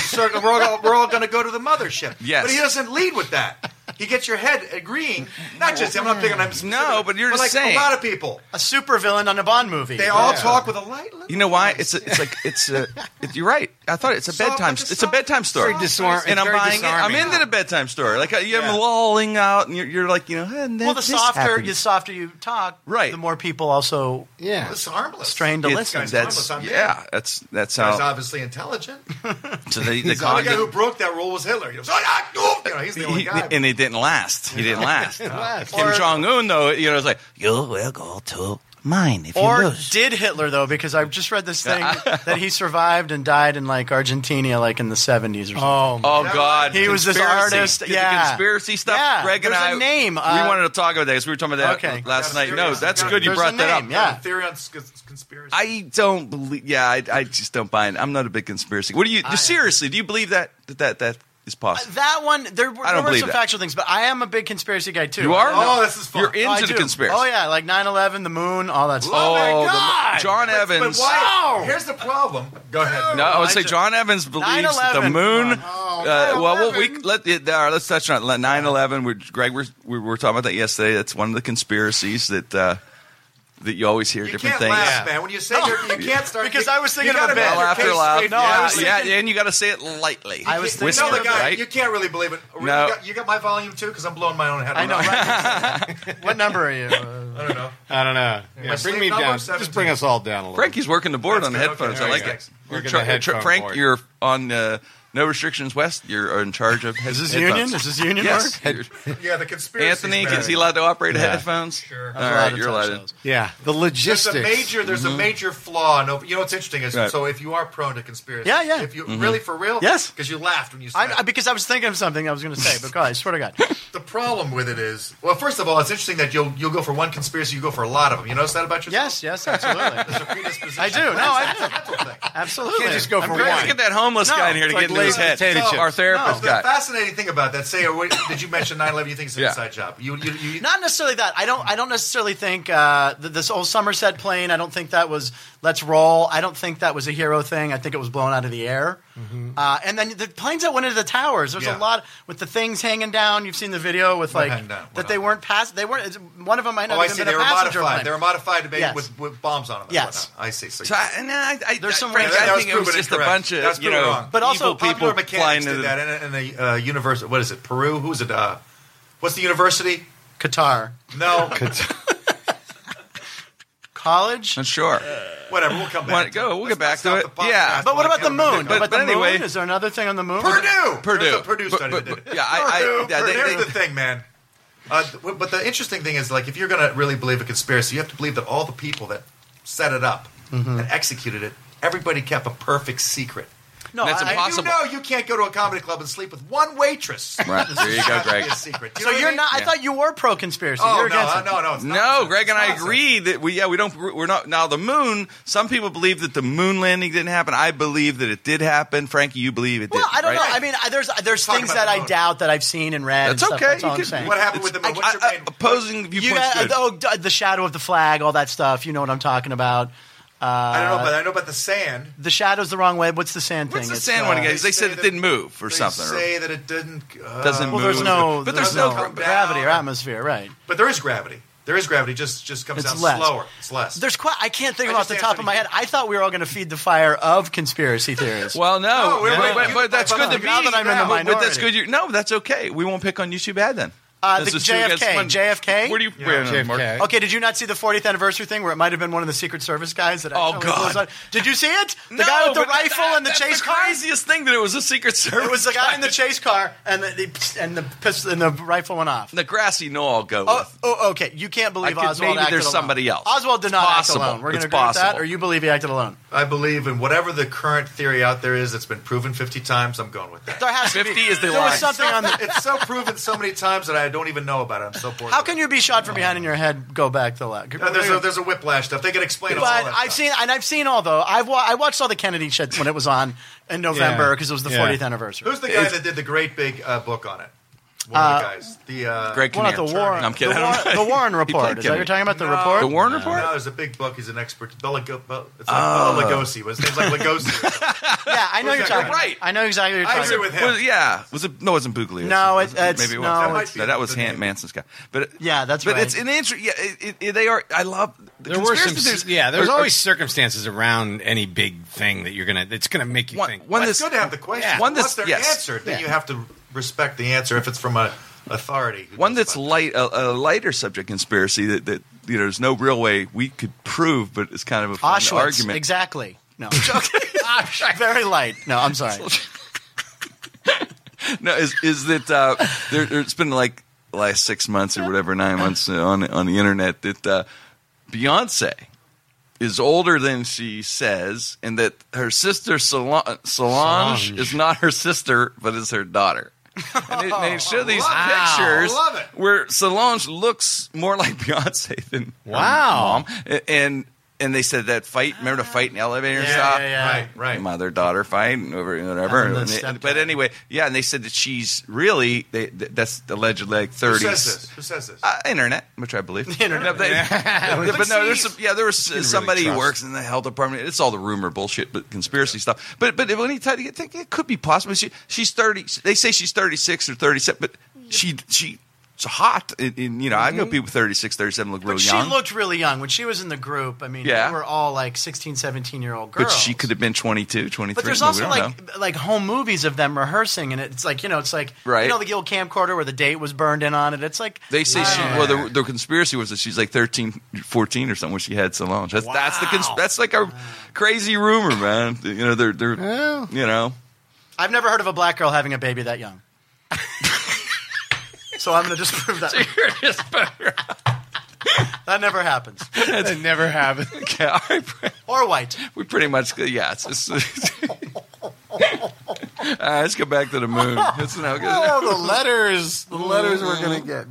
Speaker 5: circle. we're all, we're all going to go to the mothership.
Speaker 3: Yes.
Speaker 5: but he doesn't lead with that. He gets your head agreeing. Not just him. I'm not picking on him. specifically,
Speaker 3: No, but you're
Speaker 5: but
Speaker 3: just
Speaker 5: like
Speaker 3: saying.
Speaker 5: a lot of people.
Speaker 4: a supervillain on a Bond movie.
Speaker 5: They all talk with a light.
Speaker 3: You know why? It's a, it's like it's a, it, you're right. I thought it's a
Speaker 5: Soft
Speaker 3: bedtime.
Speaker 5: like a
Speaker 3: It's a
Speaker 5: soft-
Speaker 3: bedtime story.
Speaker 5: very
Speaker 6: disarm-
Speaker 3: and I'm
Speaker 6: it's very
Speaker 3: buying it. I'm
Speaker 6: disarming.
Speaker 3: into the bedtime story. Like uh, you have
Speaker 5: Yeah.
Speaker 3: them lolling out, and you're, you're like, you know, and then
Speaker 4: well, the
Speaker 3: this
Speaker 4: softer
Speaker 3: happened.
Speaker 4: the softer you talk,
Speaker 3: Right.
Speaker 4: The more people also
Speaker 6: Yeah.
Speaker 5: It's harmless.
Speaker 4: strain to
Speaker 3: It's-
Speaker 4: listen.
Speaker 5: Guys,
Speaker 3: that's
Speaker 5: harmless, I'm
Speaker 3: yeah. That's that's
Speaker 5: He's
Speaker 3: how.
Speaker 5: obviously intelligent.
Speaker 3: So the, the
Speaker 5: The only guy who
Speaker 3: con-
Speaker 5: broke that rule was Hitler. He was, "Ah, no!" You know, he's the only
Speaker 3: he-
Speaker 5: guy.
Speaker 3: and it didn't last. He didn't last.
Speaker 6: Last.
Speaker 3: Kim Jong Un though, you know, it's like you will go to mine if you
Speaker 4: Or
Speaker 3: lose.
Speaker 4: did Hitler though? Because I've just read this thing that he survived and died in like Argentina, like in the seventies or something.
Speaker 6: Oh, my.
Speaker 3: Oh God!
Speaker 4: He was this
Speaker 3: Conspiracy.
Speaker 4: artist,
Speaker 3: The
Speaker 4: yeah.
Speaker 3: conspiracy stuff.
Speaker 4: Yeah,
Speaker 3: Greg and
Speaker 4: there's a
Speaker 3: I.
Speaker 4: name,
Speaker 3: we
Speaker 4: uh,
Speaker 3: wanted to talk about that because we were talking about that
Speaker 4: Okay.
Speaker 3: last
Speaker 5: Yeah,
Speaker 3: night. No,
Speaker 5: serious.
Speaker 3: that's
Speaker 5: Yeah,
Speaker 3: good. You
Speaker 4: there's
Speaker 3: brought
Speaker 4: a
Speaker 3: that up.
Speaker 4: name,
Speaker 5: Got a
Speaker 4: yeah.
Speaker 5: Theory on cons- conspiracy.
Speaker 3: I don't believe. Yeah, I, I just don't buy it. I'm not a big conspiracy. What do you? seriously, do you believe that that that, that is possible?
Speaker 4: That one, there, were-
Speaker 3: I don't
Speaker 4: there were
Speaker 3: believe
Speaker 4: some
Speaker 3: that.
Speaker 4: factual things, but I am a big conspiracy guy too.
Speaker 3: you are.
Speaker 5: Oh, this is fun.
Speaker 3: You're into
Speaker 4: Oh, I
Speaker 3: the
Speaker 4: do.
Speaker 3: conspiracy.
Speaker 4: Oh yeah, like 9-11, the moon, all that stuff.
Speaker 3: Oh,
Speaker 5: my
Speaker 3: the-
Speaker 5: God!
Speaker 3: John
Speaker 5: But-
Speaker 3: Evans.
Speaker 5: But why? Here's the problem. Go ahead.
Speaker 3: No, I would say
Speaker 4: Elijah.
Speaker 3: John Evans believes that the
Speaker 4: 9/11.
Speaker 3: moon.
Speaker 5: Oh,
Speaker 3: uh, well, well, we
Speaker 6: 9/11.
Speaker 3: let it, uh, let's touch on 9/11. We're, Greg, we're, we were talking about that yesterday. That's one of the conspiracies that uh, that you always hear
Speaker 5: You
Speaker 3: different
Speaker 5: can't
Speaker 3: things.
Speaker 5: laugh, man. When you say you're, you can't start
Speaker 4: Because
Speaker 5: you-
Speaker 4: I was
Speaker 5: you
Speaker 4: thinking
Speaker 5: gotta
Speaker 4: of a bit.
Speaker 5: make
Speaker 3: Well,
Speaker 5: your
Speaker 3: after
Speaker 5: case
Speaker 3: loud,
Speaker 5: straight.
Speaker 4: No, I
Speaker 3: yeah,
Speaker 4: was
Speaker 3: yeah,
Speaker 4: thinking-
Speaker 3: and you got to say it lightly.
Speaker 4: I was thinking
Speaker 5: No,
Speaker 3: Whisper
Speaker 5: the
Speaker 3: it,
Speaker 5: guy,
Speaker 3: right?
Speaker 5: you can't really believe it. Really,
Speaker 3: No.
Speaker 5: you, got- you got my volume too, because I'm blowing my own head.
Speaker 4: I know.
Speaker 5: around.
Speaker 4: right? what number are you? Uh,
Speaker 5: I don't know.
Speaker 6: I don't know. Yeah,
Speaker 5: sleep
Speaker 6: bring me
Speaker 5: number
Speaker 6: down.
Speaker 5: 17.
Speaker 6: Just bring us all down a little.
Speaker 3: Frankie's working the board
Speaker 5: That's
Speaker 3: on the
Speaker 5: good.
Speaker 3: headphones.
Speaker 5: Okay,
Speaker 3: I like
Speaker 5: okay.
Speaker 3: it. You're
Speaker 6: Working
Speaker 3: char-
Speaker 6: the headphone
Speaker 3: Frank,
Speaker 6: board.
Speaker 3: you're on uh, no restrictions. West, you're in charge of.
Speaker 4: is this
Speaker 3: headphones.
Speaker 4: union? Is this union
Speaker 3: Yes.
Speaker 4: work?
Speaker 3: You're-
Speaker 5: Yeah, the conspiracy.
Speaker 3: Anthony, is he allowed to operate headphones?
Speaker 5: Sure.
Speaker 3: All right, you're allowed. to-
Speaker 6: Yeah, the
Speaker 5: There's
Speaker 6: logistics.
Speaker 5: a major. There's a major flaw. No, you know what's interesting is
Speaker 3: Mm-hmm. Right. Mm-hmm.
Speaker 5: so if you are prone to conspiracy,
Speaker 4: Yeah, yeah.
Speaker 5: If you really for real,
Speaker 4: Yes.
Speaker 5: because you laughed when you said
Speaker 4: I, I-
Speaker 5: it.
Speaker 4: because I was thinking of something I was going to say, but God, I swear to God.
Speaker 5: the problem with it is. Well, first of all, it's interesting that you'll you'll go for one conspiracy, you go for a lot of them. You notice that about yourself?
Speaker 4: Yes, yes, absolutely.
Speaker 5: There's a predisposition.
Speaker 4: I do. No, I
Speaker 5: That's a mental thing.
Speaker 4: absolutely.
Speaker 6: can't just go
Speaker 4: I'm
Speaker 6: for
Speaker 4: crazy.
Speaker 6: one.
Speaker 3: Let's get that homeless
Speaker 4: No,
Speaker 3: guy in here to
Speaker 4: it's like
Speaker 3: get into his
Speaker 6: lazy
Speaker 3: head.
Speaker 6: potato chips.
Speaker 3: Our
Speaker 5: No,
Speaker 3: therapist
Speaker 5: Oh, the
Speaker 3: guy.
Speaker 5: fascinating thing about that, say, what- did you mention 9/11? You think it's an
Speaker 3: Yeah.
Speaker 5: inside job? You, you, you,
Speaker 4: Not necessarily that. I don't. I don't necessarily think uh, th- this old Somerset plane. I don't think that was let's roll. I don't think that was a hero thing. I think it was blown out of the air. Uh, and then the planes that went into the towers. There's
Speaker 5: Mm-hmm. Yeah.
Speaker 4: a lot with the things hanging down. You've seen the video with like
Speaker 5: hanging down.
Speaker 4: that they weren't pass. They weren't. it's- One of them might not
Speaker 5: Oh, I
Speaker 4: have
Speaker 5: see.
Speaker 4: even
Speaker 5: They
Speaker 4: been a
Speaker 5: were
Speaker 4: passenger
Speaker 5: modified.
Speaker 4: plane.
Speaker 5: They were modified to be
Speaker 4: Yes.
Speaker 5: with, with bombs on them. and
Speaker 4: Yes.
Speaker 5: whatnot. I see. So,
Speaker 3: So I, no, I, I,
Speaker 4: There's some
Speaker 3: I, frankly,
Speaker 5: that- that
Speaker 3: I
Speaker 5: was
Speaker 3: think it was
Speaker 5: proven
Speaker 3: just
Speaker 5: incorrect.
Speaker 3: a bunch of
Speaker 5: That's
Speaker 3: you
Speaker 5: proven
Speaker 3: know,
Speaker 5: wrong.
Speaker 4: But also
Speaker 3: evil people
Speaker 5: popular
Speaker 3: flying
Speaker 5: mechanics
Speaker 3: to
Speaker 5: did
Speaker 3: the-
Speaker 5: that in a, in a uh, university. What is it? Peru? Who is it? Uh, what's the university?
Speaker 4: Qatar
Speaker 5: No,
Speaker 4: college.
Speaker 3: I'm sure.
Speaker 5: whatever. We'll come
Speaker 3: Why-
Speaker 5: back.
Speaker 3: go,
Speaker 5: it.
Speaker 3: we'll
Speaker 5: Let's
Speaker 3: get back
Speaker 5: not
Speaker 3: to
Speaker 5: stop
Speaker 3: it.
Speaker 5: the podcast.
Speaker 3: Yeah.
Speaker 4: But what
Speaker 5: Like,
Speaker 4: about the
Speaker 5: you know,
Speaker 4: moon?
Speaker 3: But-
Speaker 5: they've done-
Speaker 4: about
Speaker 3: but
Speaker 4: the
Speaker 3: anyway-
Speaker 4: moon? Is there another thing on the moon?
Speaker 5: Purdue.
Speaker 3: Purdue.
Speaker 5: There's a Purdue
Speaker 3: But-
Speaker 5: study
Speaker 3: but-
Speaker 5: that did
Speaker 3: but-
Speaker 5: it.
Speaker 3: yeah, I- I- yeah, they-
Speaker 5: Here's
Speaker 3: they-
Speaker 5: the thing, man. Uh, th- but the interesting thing is, like, if you're going to really believe a conspiracy, you have to believe that all the people that set it up
Speaker 3: Mm-hmm.
Speaker 5: and executed it, everybody kept a perfect secret.
Speaker 4: No,
Speaker 3: That's
Speaker 4: I- I-
Speaker 5: And
Speaker 3: impossible.
Speaker 5: You know, you can't go to a comedy club and sleep with one waitress.
Speaker 3: Right. There you go, Greg.
Speaker 5: Be a secret. Do
Speaker 4: So
Speaker 5: know what I
Speaker 4: you're
Speaker 5: mean?
Speaker 4: not. I
Speaker 3: Yeah.
Speaker 4: thought you were pro conspiracy.
Speaker 5: Oh
Speaker 4: you're
Speaker 5: no,
Speaker 4: against
Speaker 5: uh,
Speaker 4: it.
Speaker 5: no, no, it's
Speaker 3: No,
Speaker 5: nonsense.
Speaker 3: Greg and
Speaker 5: It's
Speaker 3: I
Speaker 5: nonsense.
Speaker 3: agree that we yeah we don't we're not now the moon. Some people believe that the moon landing didn't happen. I believe that it did happen. Frankie, you believe it did.
Speaker 4: Well, I don't
Speaker 3: right?
Speaker 4: know. I mean, I, there's there's
Speaker 5: Talking
Speaker 4: things
Speaker 5: about
Speaker 4: that
Speaker 5: the
Speaker 4: I
Speaker 5: moon.
Speaker 4: doubt that I've seen and read. and
Speaker 3: That's
Speaker 4: stuff.
Speaker 3: okay.
Speaker 4: That's all
Speaker 3: You
Speaker 4: I'm
Speaker 3: can-
Speaker 4: saying.
Speaker 5: What happened with the moon? What's your
Speaker 3: I- I-
Speaker 5: main?
Speaker 3: opposing
Speaker 4: You
Speaker 3: viewpoints.
Speaker 4: got,
Speaker 3: good.
Speaker 4: oh, d- the shadow of the flag, all that stuff. You know what I'm talking about.
Speaker 5: I don't know, but I know about the sand.
Speaker 4: The shadow's the wrong way. What's the sand
Speaker 3: What's
Speaker 4: thing?
Speaker 3: the
Speaker 4: It's, uh,
Speaker 3: sand one again? They,
Speaker 5: say
Speaker 3: said it
Speaker 5: that-
Speaker 3: didn't move or
Speaker 5: they
Speaker 3: something. or-
Speaker 5: Say that it didn't. Uh,
Speaker 3: Doesn't
Speaker 4: Well, there's
Speaker 3: move.
Speaker 4: no,
Speaker 3: But there's no-
Speaker 4: gravity or
Speaker 5: down.
Speaker 4: atmosphere, right?
Speaker 5: But there is gravity. There is gravity. Just just comes
Speaker 4: It's
Speaker 5: down
Speaker 4: less.
Speaker 5: slower. It's less.
Speaker 4: There's quite. I can't think
Speaker 5: I
Speaker 4: of off the
Speaker 5: just
Speaker 4: top of my head.
Speaker 5: answered
Speaker 4: I thought we were all going to feed the fire of conspiracy theories.
Speaker 3: Well, no,
Speaker 5: No, we're-
Speaker 3: but,
Speaker 5: we're-
Speaker 3: but- but that's good to be.
Speaker 4: Now that I'm in the
Speaker 3: but- but that's
Speaker 4: minority.
Speaker 3: good. You, no, that's okay. We won't pick on you too bad then.
Speaker 4: Uh,
Speaker 3: This
Speaker 4: the
Speaker 3: is true against
Speaker 4: JFK,
Speaker 3: one-
Speaker 4: JFK?
Speaker 3: Where do you?
Speaker 5: Yeah.
Speaker 3: where- Mark?
Speaker 6: JFK.
Speaker 4: Okay, did you not see the 40th anniversary thing where it might have been one of the Secret Service guys that?
Speaker 3: Oh,
Speaker 4: actually
Speaker 3: God.
Speaker 4: was on- Did you see it? The
Speaker 3: No,
Speaker 4: guy with the
Speaker 3: but
Speaker 4: rifle
Speaker 3: that-
Speaker 4: and the
Speaker 3: that's
Speaker 4: chase
Speaker 3: the
Speaker 4: car.
Speaker 3: Craziest thing that it was a secret service.
Speaker 4: It was the guy in the chase car, and the, the and the pistol and the rifle went off.
Speaker 3: the grassy knoll. I'll go
Speaker 4: Oh,
Speaker 3: with.
Speaker 4: oh, okay. You can't believe
Speaker 3: I could-
Speaker 4: Oswald
Speaker 3: maybe
Speaker 4: acted
Speaker 3: there's
Speaker 4: alone.
Speaker 3: somebody else.
Speaker 4: Oswald did
Speaker 3: It's
Speaker 4: not
Speaker 3: possible.
Speaker 4: act alone. We're going
Speaker 3: It's
Speaker 4: to agree with that,
Speaker 3: possible.
Speaker 4: or you believe he acted alone.
Speaker 5: I believe in whatever the current theory out there is that's been proven 50 times. I'm going with that.
Speaker 4: There has to be.
Speaker 3: 50 is the
Speaker 4: There
Speaker 3: line.
Speaker 4: was something on the.
Speaker 5: it's so proven so many times that I don't even know about it. I'm so bored.
Speaker 4: How can you be shot from behind in your head? Go back to left.
Speaker 5: Uh, there's a, there's a whiplash stuff. They can explain all
Speaker 4: but
Speaker 5: that
Speaker 4: I've
Speaker 5: stuff.
Speaker 4: seen and I've seen all though. I've wa- I watched all the Kennedy shit when it was on in November because it was the
Speaker 6: Yeah.
Speaker 4: 40th anniversary.
Speaker 5: Who's the guy that did the great big uh, book on it? One of the guys. The uh,
Speaker 3: Greg
Speaker 4: Well, not
Speaker 3: Kinnear.
Speaker 4: the Warren.
Speaker 3: I'm kidding.
Speaker 4: The,
Speaker 3: I don't
Speaker 4: Warren,
Speaker 3: know.
Speaker 4: the Warren
Speaker 3: He
Speaker 4: report.
Speaker 3: played
Speaker 4: Is that what
Speaker 3: Kinnear.
Speaker 4: you're talking about? The
Speaker 5: No.
Speaker 4: report.
Speaker 3: The Warren report? Ah.
Speaker 5: No, there's a big book. He's an expert. Bela, Go- Bela, it's like Bela Lugosi. His name's like Lugosi.
Speaker 4: Yeah, I know
Speaker 5: Who's that
Speaker 4: you're
Speaker 5: guy?
Speaker 4: talking.
Speaker 3: Right.
Speaker 4: I know exactly. What you're
Speaker 5: I
Speaker 4: talking
Speaker 5: agree
Speaker 4: about.
Speaker 5: with him.
Speaker 3: Was- yeah, was it? No, it wasn't Buglia.
Speaker 4: No, it- it's-
Speaker 3: maybe it
Speaker 4: no,
Speaker 3: was.
Speaker 4: That
Speaker 5: might be
Speaker 3: that, that was
Speaker 5: the
Speaker 3: Hant
Speaker 5: name.
Speaker 3: Manson's guy. But it-
Speaker 4: Yeah, that's
Speaker 3: but
Speaker 4: right.
Speaker 3: it's an interesting. Yeah, it, it, they are. I love. The
Speaker 6: There were some,
Speaker 3: conspiracy theories
Speaker 6: yeah. There's
Speaker 3: are- are-
Speaker 6: always circumstances around any big thing that you're gonna. It's gonna make you
Speaker 3: one.
Speaker 6: think.
Speaker 3: one
Speaker 5: It's
Speaker 3: that's-
Speaker 5: good to have the question.
Speaker 3: Yeah. One
Speaker 5: Once
Speaker 3: that's
Speaker 5: they're
Speaker 3: yes.
Speaker 5: answered, then you have to respect the answer if it's from a authority. who
Speaker 3: One
Speaker 5: knows
Speaker 3: that's
Speaker 5: about it.
Speaker 3: light, a, a lighter subject conspiracy that, that you know, there's no real way we could prove, but it's kind of a fun
Speaker 4: Auschwitz.
Speaker 3: argument.
Speaker 4: Exactly. No. okay. Very light. No, I'm sorry.
Speaker 3: No, is is that uh, there, there's been like last six months or whatever, nine months on on the internet that uh, Beyonce is older than she says, and that her sister Solange, Solange is not her sister but is her daughter. And they, they show these
Speaker 6: Wow.
Speaker 3: pictures
Speaker 5: Love it.
Speaker 3: where Solange looks more like Beyonce than her
Speaker 6: Wow.
Speaker 3: mom, A- and and they said that fight. Remember the fight in the elevator?
Speaker 4: Yeah,
Speaker 3: stop?
Speaker 4: yeah, yeah.
Speaker 5: Right, right.
Speaker 3: Mother daughter fight, and over and whatever.
Speaker 4: And the
Speaker 3: And they-
Speaker 4: stepdaughter.
Speaker 3: but anyway, yeah, and they said that she's really they, th- that's alleged like
Speaker 5: Who
Speaker 3: thirties.
Speaker 5: says this? Who says this?
Speaker 3: Uh, internet, which I believe.
Speaker 4: internet.
Speaker 3: No, they- but no, there's some, yeah, there was
Speaker 6: really
Speaker 3: somebody who
Speaker 6: trust.
Speaker 3: works in the health department. It's all the rumor bullshit, but conspiracy stuff. But but when you tell you think it could be possible. She, she's thirty. They say she's thirty six or thirty seven, but she she. It's hot, and, and, you know. I know people 36, 37 look real
Speaker 4: Mm-hmm. But she
Speaker 3: young,
Speaker 4: looked really young when she was in the group. I mean,
Speaker 3: Yeah.
Speaker 4: they were all like 16, 17 year old
Speaker 3: but
Speaker 4: girls.
Speaker 3: she could have been 22, 23.
Speaker 4: But there's
Speaker 3: no, we
Speaker 4: also
Speaker 3: don't
Speaker 4: like
Speaker 3: know.
Speaker 4: like home movies of them rehearsing, and it's like you know, it's like
Speaker 3: Right.
Speaker 4: you know the old camcorder where the date was burned in on it. It's like
Speaker 3: They say she.
Speaker 6: Yeah.
Speaker 3: Well, the, the conspiracy was that she's like 13, 14 or something when she had Solange. That's that's the cons-
Speaker 6: Wow.
Speaker 3: that's like a crazy rumor, man. You know, they're they're
Speaker 6: Well.
Speaker 3: you know.
Speaker 4: I've never heard of a black girl having a baby that young. so I'm going to disprove that. that never happens.
Speaker 6: that never happened.
Speaker 3: Okay, all right, Brad.
Speaker 4: Or white.
Speaker 3: we pretty much yeah. It's just, all right, let's go back to the moon. That's no good.
Speaker 6: Oh, the letters. The letters we're gonna get.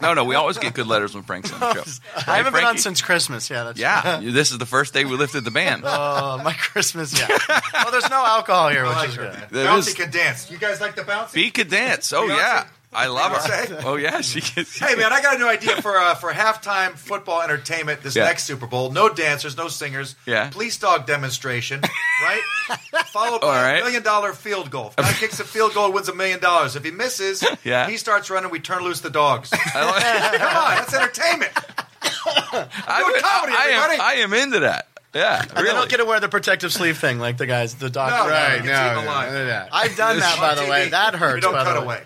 Speaker 3: No, no, we always get good letters when Frank's on the show.
Speaker 4: I haven't been on
Speaker 3: Frankie?
Speaker 4: since Christmas. Yeah, that's
Speaker 3: Yeah, this is the first day we lifted the ban.
Speaker 4: Uh, my Christmas. Yeah. Well, there's no alcohol here,
Speaker 5: I
Speaker 4: which
Speaker 5: like
Speaker 4: is
Speaker 5: her,
Speaker 4: good.
Speaker 5: man.
Speaker 3: There
Speaker 5: Bouncy
Speaker 3: is-
Speaker 5: can dance. You guys like the bouncy?
Speaker 3: B could dance. Oh
Speaker 5: Beyonce.
Speaker 3: yeah, I love her.
Speaker 5: Beyonce.
Speaker 3: Oh yeah, she can.
Speaker 5: Hey man, I got a new idea for uh, for halftime football entertainment this
Speaker 3: Yeah.
Speaker 5: next Super Bowl. No dancers, no singers.
Speaker 3: Yeah.
Speaker 5: Police dog demonstration, right? Followed
Speaker 3: All
Speaker 5: by
Speaker 3: right.
Speaker 5: a million dollar field goal. If guy kicks a field goal, wins a million dollars. If he misses,
Speaker 3: Yeah.
Speaker 5: he starts running. We turn loose the dogs. Come
Speaker 3: I like-
Speaker 5: on, that's entertainment.
Speaker 3: I,
Speaker 5: Doing
Speaker 3: would-
Speaker 5: comedy,
Speaker 3: I,
Speaker 5: everybody.
Speaker 3: am, I am into that. Yeah,
Speaker 4: And then
Speaker 3: really.
Speaker 4: I'll get to wear the protective sleeve thing, like the guys, the doctor.
Speaker 5: No, no,
Speaker 6: Right.
Speaker 5: It's
Speaker 6: No.
Speaker 5: even
Speaker 6: no,
Speaker 5: alive.
Speaker 6: none of that.
Speaker 4: I've done that, by the
Speaker 5: On
Speaker 4: way.
Speaker 5: TV,
Speaker 4: That hurts.
Speaker 5: We don't
Speaker 4: by the
Speaker 5: cut
Speaker 4: way.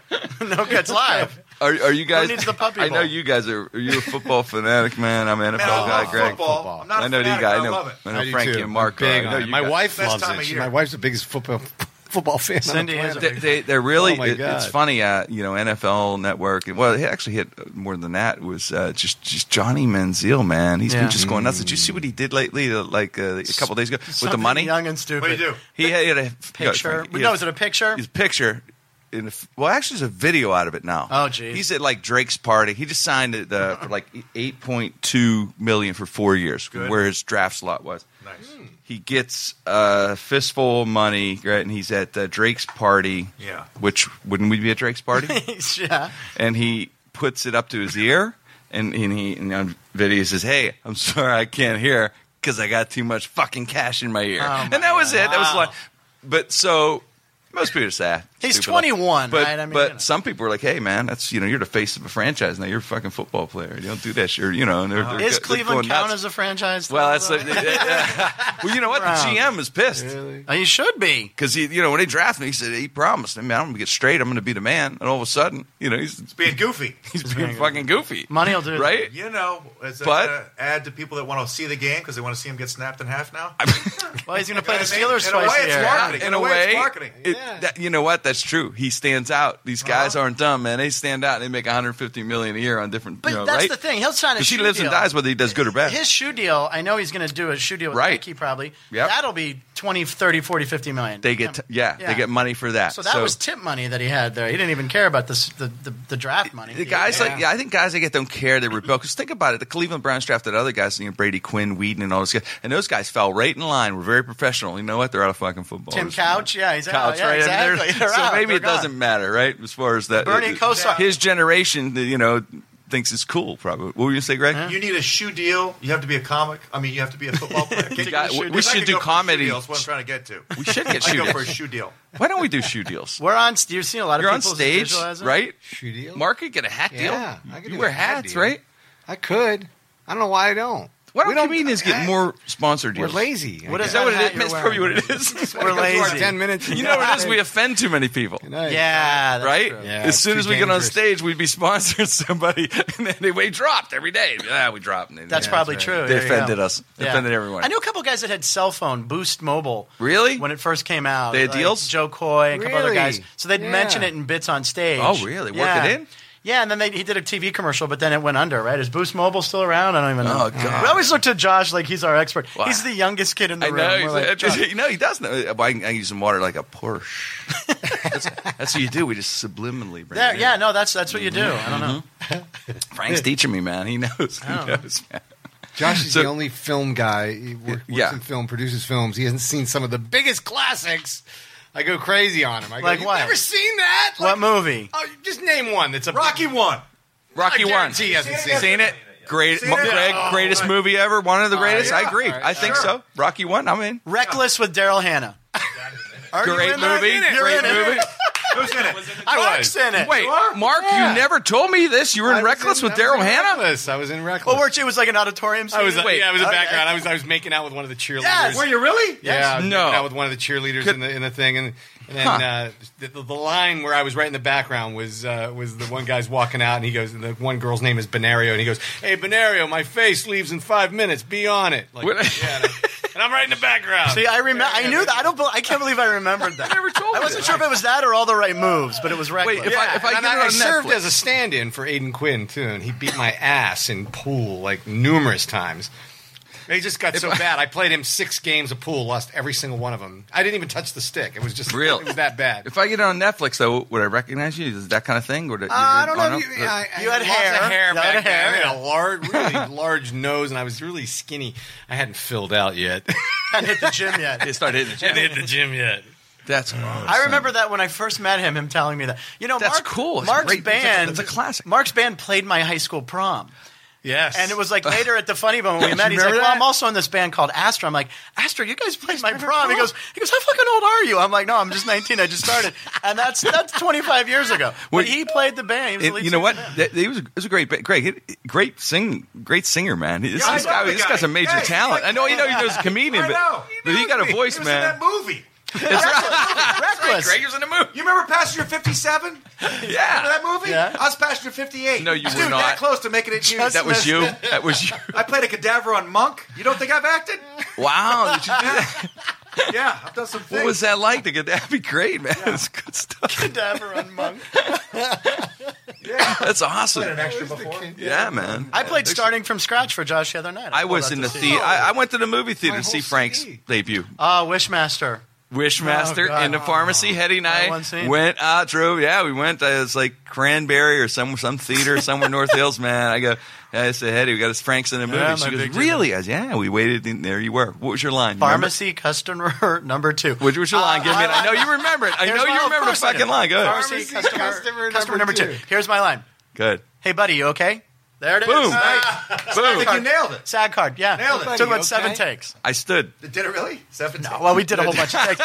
Speaker 5: away.
Speaker 4: no gets live.
Speaker 3: Are, are you guys?
Speaker 4: needs the puppy
Speaker 3: I know
Speaker 4: bowl?
Speaker 3: you guys are. Are you a football fanatic, man? I'm an NFL
Speaker 5: Man, I
Speaker 3: guy,
Speaker 5: love
Speaker 3: Greg.
Speaker 5: football.
Speaker 6: Football.
Speaker 5: I'm not a
Speaker 3: I know
Speaker 5: fanatic,
Speaker 3: you guys.
Speaker 5: but
Speaker 3: I know,
Speaker 5: I love it.
Speaker 3: I know
Speaker 6: do
Speaker 3: Frankie
Speaker 6: too.
Speaker 3: and Mark. are.
Speaker 6: I'm Big
Speaker 3: I
Speaker 6: on
Speaker 3: know
Speaker 6: it.
Speaker 3: you
Speaker 6: My
Speaker 3: guys.
Speaker 6: wife
Speaker 5: Best
Speaker 6: loves
Speaker 5: time
Speaker 6: it.
Speaker 5: of
Speaker 6: She-
Speaker 5: year.
Speaker 6: My wife's the biggest football football fan.
Speaker 4: Cindy
Speaker 6: on the
Speaker 4: is a
Speaker 6: planet.
Speaker 3: They, they, they're really.
Speaker 6: Oh, my
Speaker 3: it- it's
Speaker 6: God.
Speaker 3: funny, uh, you know, NFL Network. Well, it actually hit more than that. Was uh, just just Johnny Manziel, man. He's
Speaker 4: Yeah.
Speaker 3: been just going nuts. Did you see what he did lately? uh, Like uh, a couple days ago with the
Speaker 4: Mm. Something
Speaker 3: money.
Speaker 4: Young and stupid.
Speaker 5: What do you do?
Speaker 3: He had, he had a
Speaker 4: Picture.
Speaker 3: He had-
Speaker 4: no, is it a picture?
Speaker 3: his picture in the, f- well actually there's a video out of it now
Speaker 4: Oh, geez.
Speaker 3: he's at like drake's party he just signed it uh, for like 8.2 million for four years
Speaker 5: Good.
Speaker 3: where his draft slot was
Speaker 5: Nice.
Speaker 3: he gets a fistful of money right and he's at uh, drake's party
Speaker 5: Yeah.
Speaker 3: which wouldn't we be at drake's party
Speaker 4: yeah.
Speaker 3: and he puts it up to his ear and, and he and on video he says hey i'm sorry i can't hear because i got too much fucking cash in my ear
Speaker 4: Oh my
Speaker 3: and that was it that was
Speaker 4: God.
Speaker 3: like but so most people just say
Speaker 4: He's
Speaker 3: stupid.
Speaker 4: 21,
Speaker 3: but,
Speaker 4: right? I mean,
Speaker 3: but
Speaker 4: you know.
Speaker 3: some people are like hey man that's you know you're the face of a franchise now you're a fucking football player you don't do that shit or, you know and they're, they're,
Speaker 4: Uh-huh.
Speaker 3: they're
Speaker 4: Is
Speaker 3: going
Speaker 4: Cleveland count
Speaker 3: nuts.
Speaker 4: as a franchise?
Speaker 3: well that's like, well you know what the
Speaker 4: Brown.
Speaker 3: gm is pissed
Speaker 4: Uh, you should be.
Speaker 3: Because he, you know, when they draft me, he said he promised me, "I'm going to get straight. I'm going to be the man." And all of a sudden, you know, he's
Speaker 5: Being goofy.
Speaker 3: he's being fucking goofy.
Speaker 4: Money will do it.
Speaker 3: right?
Speaker 5: You know, it's
Speaker 3: But-
Speaker 5: an ad to people that want to see the game because they want to see him get snapped in half now.
Speaker 4: Well, he's going to play the
Speaker 5: In a-
Speaker 4: Steelers
Speaker 5: in a
Speaker 4: twice
Speaker 5: way,
Speaker 4: a
Speaker 5: it's
Speaker 4: year.
Speaker 5: marketing. In a way, it's marketing.
Speaker 3: it- that- you know what? That's true. He stands out. These
Speaker 4: Uh-huh.
Speaker 3: guys aren't dumb, man. They stand out. They make 150 million a year on different.
Speaker 4: But
Speaker 3: you know,
Speaker 4: that's
Speaker 3: right?
Speaker 4: the thing. He'll sign a
Speaker 3: 'Cause
Speaker 4: shoe
Speaker 3: He lives
Speaker 4: deal.
Speaker 3: and dies whether he does good or bad.
Speaker 4: His shoe deal, I know he's going to do a shoe deal with
Speaker 3: Right.
Speaker 4: Nike probably.
Speaker 3: Yep.
Speaker 4: That'll be 20, 30, 40, 50 million.
Speaker 3: They get t- yeah,
Speaker 4: Yeah.
Speaker 3: they get money for that.
Speaker 4: so that was tip money that he had there. He didn't even care about this, the, the, the draft money.
Speaker 3: the guys like yeah, I think guys like that don't care they rebel because think about it. The Cleveland Browns drafted other guys, you know, Brady Quinn, Whedon, and all those guys, and those guys fell right in line. Were very professional. You know what? They're out of fucking football.
Speaker 4: Tim Couch, yeah, he's out.
Speaker 3: Couch,
Speaker 4: Yeah,
Speaker 3: right? I mean,
Speaker 4: exactly.
Speaker 3: they're-
Speaker 4: They're
Speaker 3: so
Speaker 4: out.
Speaker 3: maybe
Speaker 4: They're
Speaker 3: it doesn't
Speaker 4: gone.
Speaker 3: matter, right? As far as that,
Speaker 4: Bernie
Speaker 3: it-
Speaker 4: Kosar.
Speaker 3: his generation, you know, thinks it's cool. Probably. What were you gonna say, Greg?
Speaker 5: You need a shoe deal. You have to be a comic. I mean, you have to be a football player. Can you
Speaker 3: got-
Speaker 5: get a shoe
Speaker 3: we
Speaker 5: deal? If I
Speaker 3: should
Speaker 5: could
Speaker 3: do
Speaker 5: go for a shoe
Speaker 3: comedy.
Speaker 5: deal, That's what I'm trying to get to.
Speaker 3: We should get
Speaker 5: I
Speaker 3: shoe
Speaker 5: go for a
Speaker 3: deals.
Speaker 5: shoe deal.
Speaker 3: Why don't we do shoe deals?
Speaker 4: We're on. You've seen a lot of
Speaker 3: You're on
Speaker 4: people
Speaker 3: stage,
Speaker 4: visualize it.
Speaker 3: right?
Speaker 6: Shoe deal?
Speaker 3: Mark could get a hat deal.
Speaker 6: Yeah, I could
Speaker 3: you
Speaker 6: do
Speaker 3: wear
Speaker 6: a hat
Speaker 3: hats,
Speaker 6: deal.
Speaker 3: right?
Speaker 6: I could. I don't know why I don't.
Speaker 3: Why don't,
Speaker 6: We don't-
Speaker 3: comedians
Speaker 6: I-
Speaker 3: get more sponsor
Speaker 6: We're
Speaker 3: deals?
Speaker 6: lazy. I
Speaker 4: What is
Speaker 6: guess.
Speaker 3: Is that what
Speaker 4: hat
Speaker 3: it is?
Speaker 4: you're
Speaker 3: That's probably what it is.
Speaker 4: We're
Speaker 6: Come to our
Speaker 4: lazy.
Speaker 6: Ten minutes.
Speaker 3: you know what it is? We offend too many people.
Speaker 6: Nice.
Speaker 4: Yeah, that's
Speaker 3: Right?
Speaker 4: true.
Speaker 6: Yeah,
Speaker 3: as
Speaker 6: it's
Speaker 3: soon
Speaker 6: too
Speaker 3: as we get on
Speaker 6: dangerous.
Speaker 3: stage, we'd be sponsoring somebody, and then they we dropped every day. Ah, we dropped. And they-
Speaker 4: That's probably true.
Speaker 3: They
Speaker 4: There you go.
Speaker 3: offended us. They
Speaker 4: Yeah.
Speaker 3: offended everyone.
Speaker 4: I knew a couple guys that had cell phone, Boost Mobile.
Speaker 3: Really?
Speaker 4: When it first came out.
Speaker 3: They had
Speaker 4: like
Speaker 3: deals?
Speaker 4: Joe Coy and a couple other
Speaker 6: Really?
Speaker 4: guys. So they'd
Speaker 6: Yeah.
Speaker 4: mention it in bits on stage.
Speaker 3: Oh, really? Work
Speaker 4: Yeah.
Speaker 3: it in?
Speaker 4: Yeah, and then they, he did a TV commercial, but then it went under, right? Is Boost Mobile still around? I don't even know.
Speaker 3: Oh, God.
Speaker 4: We always look to Josh like he's our expert.
Speaker 3: Wow.
Speaker 4: He's the youngest kid in the
Speaker 3: I
Speaker 4: room.
Speaker 3: know.
Speaker 4: We're
Speaker 3: He's
Speaker 4: like,
Speaker 3: like,
Speaker 4: "Josh,
Speaker 3: you know, he does know. Uh, I, I can use some water like a Porsche. that's, that's what you do. We just subliminally. Bring
Speaker 4: there-
Speaker 3: it in.
Speaker 4: yeah, no, that's that's what you do. I don't know.
Speaker 3: Mm-hmm. Frank's teaching me, man. He knows. He
Speaker 4: Oh.
Speaker 3: knows, man.
Speaker 6: Josh is
Speaker 3: So-
Speaker 6: the only film guy. He wor- works
Speaker 3: Yeah.
Speaker 6: in film, produces films. He hasn't seen some of the biggest classics. I go crazy on him. I go,
Speaker 4: Like
Speaker 6: You've
Speaker 4: what?
Speaker 6: never seen that?
Speaker 4: What movie?
Speaker 6: Oh, just name one. That's a
Speaker 5: Rocky one.
Speaker 3: Rocky
Speaker 6: I
Speaker 3: one.
Speaker 6: guarantee he hasn't seen,
Speaker 3: Seen it? Great,
Speaker 5: Seen
Speaker 3: Mo-
Speaker 5: it?
Speaker 3: Greg,
Speaker 5: Oh,
Speaker 3: greatest
Speaker 5: right.
Speaker 3: movie ever. One of the
Speaker 6: All right,
Speaker 3: greatest. I
Speaker 6: Oh, yeah.
Speaker 3: agree.
Speaker 6: All right,
Speaker 3: I think
Speaker 5: sure.
Speaker 3: so. Rocky one. I'm in.
Speaker 4: Reckless with Daryl Hannah. Are you
Speaker 3: Great
Speaker 4: in there?
Speaker 3: movie.
Speaker 4: You're
Speaker 3: Great
Speaker 4: in it.
Speaker 3: movie.
Speaker 5: Who's in it?
Speaker 4: I was in it.
Speaker 3: Wait, Mark,
Speaker 6: Yeah.
Speaker 3: you never told me this. You were in
Speaker 6: I was
Speaker 3: Reckless
Speaker 6: in-
Speaker 3: with
Speaker 6: I was
Speaker 3: Daryl
Speaker 6: in
Speaker 3: Hannah.
Speaker 6: Reckless. I was in Reckless.
Speaker 4: Well, weren't you- it was like an auditorium.
Speaker 6: I was
Speaker 4: scene?
Speaker 6: yeah, I was in the
Speaker 4: Oh, Okay.
Speaker 6: background. I was I was making out with one of the cheerleaders.
Speaker 4: Yes.
Speaker 5: Were you really?
Speaker 6: Yeah, I was
Speaker 3: No.
Speaker 6: making out with one of the cheerleaders in the in the thing, and and then uh, the, the line where I was right in the background was uh, was the one guy's walking out, and he goes, and the one girl's name is Benario, and he goes, "Hey, Benario, my face leaves in five minutes. Be on it." Like,
Speaker 3: What-
Speaker 6: yeah, and, I'm, and I'm right in the background.
Speaker 4: See, I remember.
Speaker 6: Yeah,
Speaker 4: I
Speaker 6: yeah,
Speaker 4: knew
Speaker 6: yeah.
Speaker 4: that. I don't. bel I can't believe I remembered that.
Speaker 3: never told
Speaker 4: I
Speaker 3: me
Speaker 4: wasn't
Speaker 3: that.
Speaker 4: sure if it was that or all the right Uh, moves, but it was reckless.
Speaker 3: Wait, if I if I
Speaker 6: And
Speaker 3: get
Speaker 6: I,
Speaker 3: it on
Speaker 6: I served
Speaker 3: Netflix-
Speaker 6: as a stand-in for Aiden Quinn too, and he beat my ass in pool like numerous times. It just got so bad. I played him six games of pool, lost every single one of them. I didn't even touch the stick. It was just
Speaker 3: Really?
Speaker 6: It was that bad.
Speaker 3: If I get it on Netflix, though, would I recognize you? Is that kind of thing? Or did,
Speaker 6: Uh, I don't
Speaker 3: or
Speaker 6: know.
Speaker 3: no?
Speaker 6: If you, yeah, I,
Speaker 4: You
Speaker 6: I
Speaker 4: had
Speaker 6: lots of
Speaker 4: hair.
Speaker 6: hair
Speaker 4: You had
Speaker 6: back then. I
Speaker 4: hair.
Speaker 6: had a large, really large nose, and I was really skinny. I hadn't filled out yet.
Speaker 4: hadn't hit the gym yet.
Speaker 3: They start hitting the
Speaker 6: I
Speaker 3: gym.
Speaker 6: hit the gym yet.
Speaker 3: That's
Speaker 4: I remember that when I first met him, him telling me that. You know,
Speaker 3: That's
Speaker 4: Mark,
Speaker 3: cool. It's
Speaker 4: Mark's
Speaker 3: great. It's a-
Speaker 4: band.
Speaker 3: it's a classic.
Speaker 4: Mark's band played my high school prom.
Speaker 6: Yes,
Speaker 4: And it was like later at the funny bone when we met. He's like,
Speaker 3: remember
Speaker 4: "Well,
Speaker 3: that?
Speaker 4: I'm also in this band called Astra." I'm like, "Astra, you guys played my prom." He goes, "He goes, how fucking old are you?" I'm like, "No, I'm just 19. I just started." And that's that's 25 years ago. But
Speaker 3: Wait.
Speaker 4: he played the band. He was the
Speaker 3: And
Speaker 4: lead
Speaker 3: you know
Speaker 4: singer of
Speaker 3: what?
Speaker 4: the band.
Speaker 3: That- He was, he was a great, ba- Greg, he- great sing, great singer, man. This,
Speaker 5: Yeah, I
Speaker 3: this
Speaker 5: know
Speaker 3: guy,
Speaker 5: the
Speaker 3: this
Speaker 5: guy.
Speaker 3: guy's a major
Speaker 5: Yeah, he's
Speaker 3: talent.
Speaker 5: like-
Speaker 3: I know he know he knows a comedian,
Speaker 5: I
Speaker 3: but,
Speaker 5: know.
Speaker 3: but he got a voice,
Speaker 5: He was in
Speaker 3: man.
Speaker 5: that movie.
Speaker 3: That's right.
Speaker 4: Reckless.
Speaker 3: Greg was in the movie.
Speaker 5: You remember Passenger 57? Remember
Speaker 3: Yeah,
Speaker 5: that movie?
Speaker 4: Yeah.
Speaker 5: I was Passenger 58.
Speaker 3: No, you were
Speaker 5: Dude,
Speaker 3: not.
Speaker 5: that close to making it huge.
Speaker 3: that was you. That was you.
Speaker 5: I played a cadaver on Monk. You don't think I've acted?
Speaker 3: Wow, did you do that?
Speaker 5: Yeah, I've done some things.
Speaker 3: What was that like? To get that'd be great, man. That's good stuff.
Speaker 4: Cadaver on Monk.
Speaker 3: That's
Speaker 5: Played an
Speaker 3: awesome.
Speaker 5: extra before.
Speaker 3: Yeah, man.
Speaker 4: I played starting from scratch for Josh the other night.
Speaker 3: I was in the theater. I, I went to the movie theater
Speaker 6: My
Speaker 3: to see
Speaker 6: whole
Speaker 3: Frank's
Speaker 6: CD.
Speaker 3: debut.
Speaker 4: Ah, Wishmaster. Oh,
Speaker 3: Wishmaster
Speaker 4: God.
Speaker 3: in the pharmacy. Hetty and I
Speaker 4: one scene.
Speaker 3: went out, drove. Yeah, we went. Uh, it's like Cranberry or some some theater somewhere in North Hills, man. I go. I said, Hetty, we got us Franks in the movie.
Speaker 4: Yeah, my
Speaker 3: she
Speaker 4: big
Speaker 3: goes,
Speaker 4: deal.
Speaker 3: really? I said, yeah, we waited. in there you were. What was your line? You remember?
Speaker 4: Pharmacy customer number two.
Speaker 3: Which was your line? Give me. it. I know you remember it. I
Speaker 4: Here's
Speaker 3: know
Speaker 4: my-
Speaker 3: you
Speaker 4: of
Speaker 3: remember the
Speaker 4: course I
Speaker 3: fucking
Speaker 4: do.
Speaker 3: line. Go ahead.
Speaker 4: Pharmacy
Speaker 6: Pharmacy
Speaker 4: customer,
Speaker 6: customer
Speaker 4: customer number
Speaker 6: number
Speaker 4: two.
Speaker 6: two.
Speaker 4: Here's my line.
Speaker 3: Good.
Speaker 4: Hey, buddy, you okay? There it is.
Speaker 3: Boom.
Speaker 4: Ah,
Speaker 5: I
Speaker 3: Boom.
Speaker 5: think you nailed it.
Speaker 4: Sad card. Yeah.
Speaker 5: Nailed it.
Speaker 4: Took about
Speaker 6: Buddy,
Speaker 4: seven
Speaker 6: okay?
Speaker 4: takes.
Speaker 3: I stood.
Speaker 5: Did it really? Seven.
Speaker 4: No, well, we did a whole bunch of takes,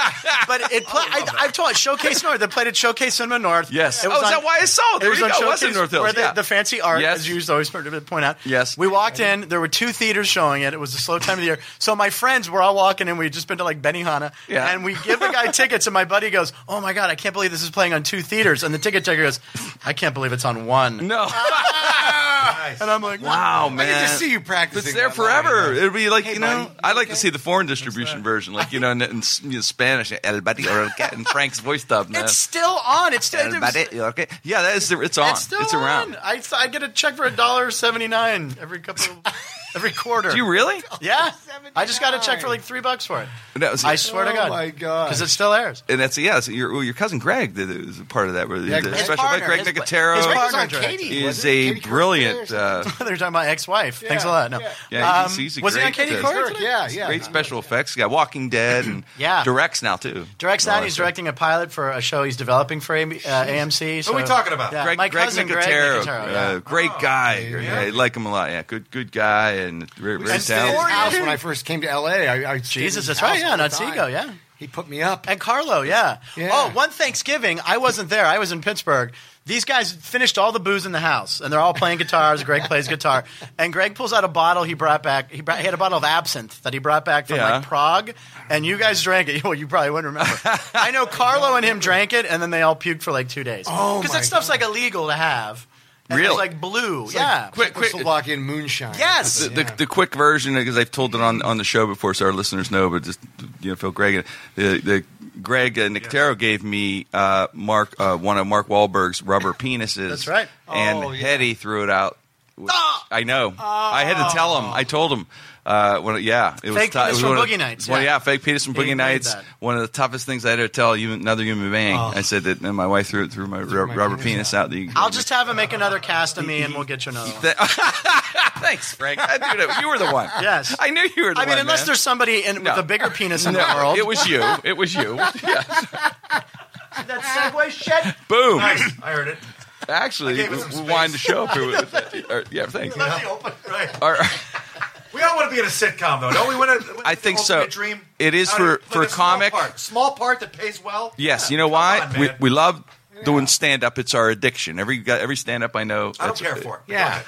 Speaker 4: but it. Pla- I, I've told Showcase North. They played at Showcase Cinema North.
Speaker 3: Yes.
Speaker 4: It
Speaker 3: Oh, is that why I saw it? There
Speaker 4: it was
Speaker 3: you
Speaker 4: on
Speaker 3: go. It
Speaker 4: Showcase
Speaker 3: was in North Hills,
Speaker 4: where the,
Speaker 3: yeah.
Speaker 4: the fancy art,
Speaker 3: Yes.
Speaker 4: as you always point out.
Speaker 3: Yes.
Speaker 4: We walked in. There were two theaters showing it. It was a slow time of the year, so my friends were all walking in. We'd just been to like Benihana,
Speaker 3: Yeah.
Speaker 4: and we give the guy tickets, and my buddy goes, "Oh my god, I can't believe this is playing on two theaters," and the ticket taker goes, "I can't believe it's on one."
Speaker 3: No.
Speaker 5: Nice.
Speaker 4: And I'm like,
Speaker 3: wow, man.
Speaker 6: I could just see you practicing.
Speaker 3: It's there
Speaker 6: that line.
Speaker 3: forever. It'd be like you know.
Speaker 6: buddy, you
Speaker 3: I like to see the foreign distribution version, like you know, in, in, in Spanish, El Buddy or okay, in Frank's voice dub. man.
Speaker 4: It's still on. It's still.
Speaker 3: El Buddy, you okay? Yeah, that is. It's on.
Speaker 4: It's still
Speaker 3: around.
Speaker 4: on. I, I get a check for a dollar seventy nine every couple. of every quarter.
Speaker 3: Do you really?
Speaker 4: Yeah, I just got a check for like three bucks for it.
Speaker 3: That was-
Speaker 4: I swear to
Speaker 6: Oh
Speaker 4: God.
Speaker 6: my gosh.
Speaker 4: Because it still airs.
Speaker 3: and that's yeah. So your well, your cousin Greg did, was a part of that. Yeah,
Speaker 6: Greg. His
Speaker 3: special
Speaker 4: partner,
Speaker 3: Greg
Speaker 4: his-
Speaker 3: Nicotero
Speaker 4: his partner.
Speaker 6: on Katie.
Speaker 3: is
Speaker 6: was
Speaker 3: a
Speaker 6: it? Katie Couric or
Speaker 3: brilliant,
Speaker 6: something?
Speaker 3: uh,
Speaker 4: They're talking about ex-wife. Thanks a lot. No. Um,
Speaker 6: yeah.
Speaker 3: Yeah, he's- he's a
Speaker 4: was he on
Speaker 3: great,
Speaker 4: Katie
Speaker 3: uh,
Speaker 4: Couric?
Speaker 6: Couric,
Speaker 4: today?
Speaker 6: yeah, yeah.
Speaker 3: great special effects guy. Walking Dead and
Speaker 4: Yeah.
Speaker 3: directs now too.
Speaker 4: Directs
Speaker 3: And all
Speaker 4: that.
Speaker 3: that
Speaker 4: He's
Speaker 3: stuff.
Speaker 4: directing a pilot for a show he's developing for AM, uh, AMC. So,
Speaker 5: Who are we talking about?
Speaker 4: Yeah,
Speaker 3: Greg,
Speaker 4: my
Speaker 3: Greg
Speaker 4: cousin
Speaker 3: Nicotero,
Speaker 4: Greg Nicotero.
Speaker 3: uh,
Speaker 4: yeah.
Speaker 3: great guy.
Speaker 5: yeah.
Speaker 3: I like him a lot. Yeah, good good guy and very, very
Speaker 5: And
Speaker 6: His
Speaker 3: talented.
Speaker 5: Florian-
Speaker 6: house when I first came to LA. I, I stayed
Speaker 4: Jesus,
Speaker 6: in his
Speaker 4: that's right,
Speaker 6: house
Speaker 4: yeah,
Speaker 6: all the
Speaker 4: in Otsego,
Speaker 6: time.
Speaker 4: yeah.
Speaker 6: He put me up.
Speaker 4: And Carlo, yeah.
Speaker 6: Yeah.
Speaker 4: Oh, one Thanksgiving, I wasn't there. I was in Pittsburgh. These guys finished all the booze in the house, and they're all playing guitars. Greg plays guitar, and Greg pulls out a bottle he brought back. He, brought, he had a bottle of absinthe that he brought back from
Speaker 3: Yeah.
Speaker 4: like Prague, and you guys drank it. Well, you probably wouldn't remember. I know Carlo and him drank it, and then they all puked for like two days.
Speaker 6: Oh,
Speaker 4: because
Speaker 6: my
Speaker 4: that stuff's like illegal to have. And
Speaker 3: Really?
Speaker 4: It's like blue. yeah.
Speaker 3: quick, quick.
Speaker 6: Czechoslovakian moonshine.
Speaker 4: Yes.
Speaker 3: The, the, the quick version because I've told it on, on the show before, so our listeners know. But just you know, Phil Greg, the, the Greg uh, Nicotero gave me uh, Mark uh, one of Mark Wahlberg's rubber penises.
Speaker 4: That's right. Ah!
Speaker 3: And
Speaker 6: Oh, yeah.
Speaker 3: Hetty threw it out. which- I know. I had to tell him. I told him. Uh, when, yeah, it was
Speaker 4: Fake
Speaker 3: tou-
Speaker 4: penis
Speaker 3: it was
Speaker 4: from
Speaker 3: one of-
Speaker 4: Boogie Nights,
Speaker 3: Well,
Speaker 4: yeah.
Speaker 3: yeah, fake penis from
Speaker 4: He
Speaker 3: Boogie
Speaker 4: made
Speaker 3: Nights.
Speaker 4: that. Oh.
Speaker 3: One of the toughest things I had to tell you, another human being. I said that, and my wife threw it through my, rub-
Speaker 6: my
Speaker 3: rubber
Speaker 6: penis
Speaker 3: penis out. that you-
Speaker 4: I'll just have him make another cast of me, and we'll get you another one.
Speaker 3: Thanks, Frank. I knew that- you were the one.
Speaker 4: Yes.
Speaker 3: I knew you were the
Speaker 4: I
Speaker 3: one.
Speaker 4: mean, unless
Speaker 3: man.
Speaker 4: there's somebody in,
Speaker 3: No.
Speaker 4: with a bigger penis in
Speaker 3: No,
Speaker 4: the world.
Speaker 3: It was you. It was you. Yeah.
Speaker 4: that segue shit.
Speaker 3: Boom.
Speaker 5: Nice. I heard it.
Speaker 3: Actually,
Speaker 5: I gave it
Speaker 3: we
Speaker 5: some
Speaker 3: we
Speaker 5: space.
Speaker 3: wind the show up. here with that. Or- Yeah, thank you.
Speaker 5: Let the open- right.
Speaker 3: Or-
Speaker 5: We all want to be in a sitcom, though, don't we? Want to,
Speaker 3: I think
Speaker 5: the
Speaker 3: so.
Speaker 5: ultimate Dream?
Speaker 3: It is
Speaker 5: Out
Speaker 3: for-
Speaker 5: of-
Speaker 3: for
Speaker 5: like a small
Speaker 3: comic-
Speaker 5: part. Small part that pays well.
Speaker 3: Yes,
Speaker 5: Yeah,
Speaker 3: you know
Speaker 5: come
Speaker 3: why?
Speaker 5: on,
Speaker 3: we,
Speaker 5: man.
Speaker 3: we love doing stand up. It's our addiction. Every guy- every stand up I know.
Speaker 5: I don't
Speaker 3: that's-
Speaker 5: care for it.
Speaker 6: Yeah.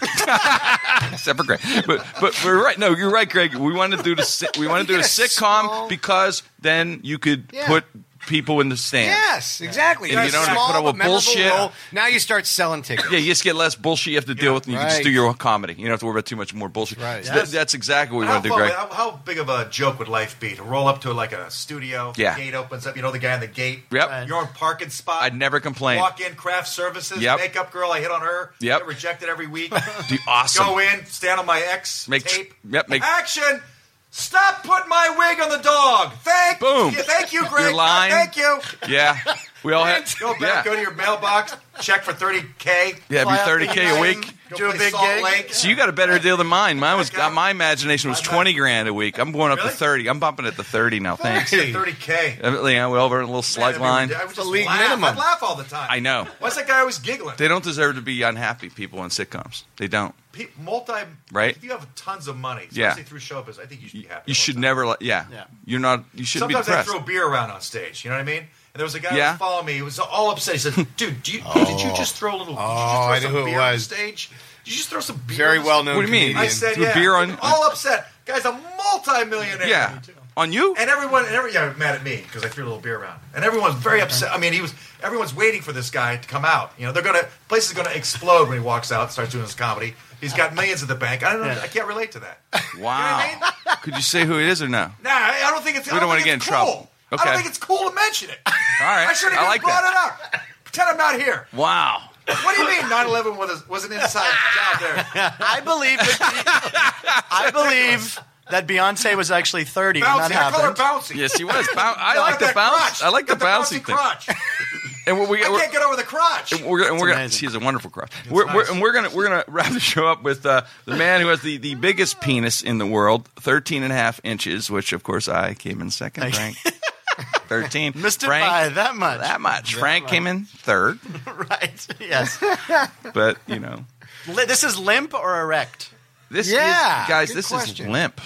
Speaker 3: Except for Greg. But but we're right. No, you're right, Greg. We want to do the si- we want to do a
Speaker 6: get a
Speaker 3: sitcom
Speaker 6: small-
Speaker 3: because then you could
Speaker 6: Yeah.
Speaker 3: put people in the stand.
Speaker 6: Yes, exactly.
Speaker 3: And you
Speaker 6: Got
Speaker 3: don't have to
Speaker 6: a small
Speaker 3: put up
Speaker 6: but
Speaker 3: with
Speaker 6: memorable
Speaker 3: bullshit.
Speaker 6: role. Now you start selling tickets.
Speaker 3: Yeah, you just get less bullshit you have to deal with, and you can just
Speaker 6: Right.
Speaker 3: do your own comedy. You don't have to worry about too much more bullshit.
Speaker 6: Right.
Speaker 3: So that- that's exactly what we
Speaker 5: How,
Speaker 3: want to do, Greg.
Speaker 5: how, how big of a joke would life be to roll up to like a studio?
Speaker 3: Yeah.
Speaker 5: Gate opens up. You know the guy on the gate.
Speaker 3: Yep. Right.
Speaker 5: Your own parking spot.
Speaker 3: I'd never complain.
Speaker 5: Walk in craft services.
Speaker 3: Yep.
Speaker 5: Makeup girl. I hit on her.
Speaker 3: Yep.
Speaker 5: Get rejected every week.
Speaker 3: Be awesome.
Speaker 5: Go in. Stand on my ex.
Speaker 3: Make-
Speaker 5: tape.
Speaker 3: yep, make-
Speaker 5: Action. Stop putting my wig on the dog. Thank.
Speaker 3: Boom.
Speaker 5: You, thank you, Greg.
Speaker 3: Your line.
Speaker 5: Thank you.
Speaker 3: Yeah, we all have.
Speaker 5: Go back.
Speaker 3: yeah.
Speaker 5: Go to your mailbox. Check for thirty k.
Speaker 3: Yeah, it'd be
Speaker 4: Fly out
Speaker 3: 30K a
Speaker 4: to
Speaker 3: week.
Speaker 5: Go
Speaker 4: Do a
Speaker 5: play
Speaker 4: big
Speaker 5: Salt
Speaker 4: gig.
Speaker 5: Lake.
Speaker 3: So you got a better deal than mine. Mine was
Speaker 5: I got-
Speaker 3: my imagination was
Speaker 5: I got-
Speaker 3: twenty grand a week. I'm going up to
Speaker 5: Really?
Speaker 3: thirty. I'm bumping it to thirty now. Thanks.
Speaker 5: Thirty k.
Speaker 3: Evidently, yeah, we all earn a little slight line.
Speaker 5: I would
Speaker 6: the
Speaker 5: just
Speaker 6: league
Speaker 5: laugh.
Speaker 6: minimum.
Speaker 5: I'd laugh all the time.
Speaker 3: I know.
Speaker 5: Why's that guy always giggling?
Speaker 3: They don't deserve to be unhappy people on sitcoms. They don't.
Speaker 5: Pe- multi.
Speaker 3: Right?
Speaker 5: If you have tons of money, especially
Speaker 3: Yeah.
Speaker 5: through show business, I think you should be happy.
Speaker 3: You
Speaker 5: all
Speaker 3: should
Speaker 5: the time.
Speaker 3: never. Let, yeah.
Speaker 4: Yeah.
Speaker 3: You're not. You shouldn't
Speaker 5: Sometimes
Speaker 3: be
Speaker 5: I
Speaker 3: depressed.
Speaker 5: throw beer around on stage. You know what I mean? And there was a guy
Speaker 3: Yeah.
Speaker 5: who followed me. He was all upset. He said, "Dude, do you, did you just throw a little?
Speaker 6: Oh, I
Speaker 5: did you just throw
Speaker 6: know
Speaker 5: some
Speaker 6: who it
Speaker 5: beer on the
Speaker 6: was.
Speaker 5: stage? Did you just throw some beer?
Speaker 6: Very
Speaker 5: on the
Speaker 6: well
Speaker 5: stage?"
Speaker 6: known.
Speaker 3: What do you mean?
Speaker 5: I
Speaker 6: Comedian.
Speaker 5: said,
Speaker 3: Threw
Speaker 5: "Yeah."
Speaker 3: beer on-
Speaker 5: all upset. Guy's a multi-millionaire.
Speaker 3: yeah. On you?
Speaker 5: And everyone, and every, yeah, mad at me because I threw a little beer around. And everyone's very upset. I mean, he was. Everyone's waiting for this guy to come out. You know, they're gonna place is gonna explode when he walks out, and starts doing his comedy. He's got millions at the bank. I don't know.
Speaker 4: Yeah.
Speaker 5: I can't relate to that. Nah,
Speaker 3: Wow. Could you say who it is or no?
Speaker 5: I I don't think it's.
Speaker 3: We don't
Speaker 5: want
Speaker 3: wanna
Speaker 5: to
Speaker 3: get in
Speaker 5: cool.
Speaker 3: trouble.
Speaker 5: I
Speaker 3: Okay.
Speaker 5: don't think it's cool to mention it.
Speaker 3: All right.
Speaker 5: I should have
Speaker 3: I
Speaker 5: just
Speaker 3: like
Speaker 5: brought
Speaker 3: that.
Speaker 5: it up. Pretend I'm not here.
Speaker 3: Wow.
Speaker 5: What do you mean 9/11 was, a, was an inside job there?
Speaker 4: I believe. I believe that Beyonce was actually thirty when that
Speaker 5: Bouncy. I call her
Speaker 4: happened.
Speaker 5: bouncy.
Speaker 3: Yes, he was. Bou- I
Speaker 5: Got
Speaker 3: like the
Speaker 5: that
Speaker 3: bounce.
Speaker 5: crotch.
Speaker 3: I like the
Speaker 5: Got
Speaker 3: bouncy thing.
Speaker 5: crotch.
Speaker 3: And we, we,
Speaker 5: I
Speaker 3: we're-
Speaker 5: can't get over the crotch.
Speaker 3: we're gonna, we're gonna
Speaker 4: amazing.
Speaker 3: she's a wonderful crush. We're, we're,
Speaker 5: nice.
Speaker 3: and we're gonna we're gonna wrap the show up with uh, the man who has the, the biggest penis in the world, 13 and a half inches, which of course I came in second,
Speaker 4: Nice.
Speaker 3: Frank. 13.
Speaker 4: Missed it
Speaker 3: Frank,
Speaker 4: by that much.
Speaker 3: that much. Frank came in third,
Speaker 4: right. Yes.
Speaker 3: but you know,
Speaker 4: Li- this is limp or erect.
Speaker 3: this
Speaker 6: Yeah,
Speaker 3: is guys,
Speaker 6: good
Speaker 3: this is
Speaker 6: question.
Speaker 3: limp.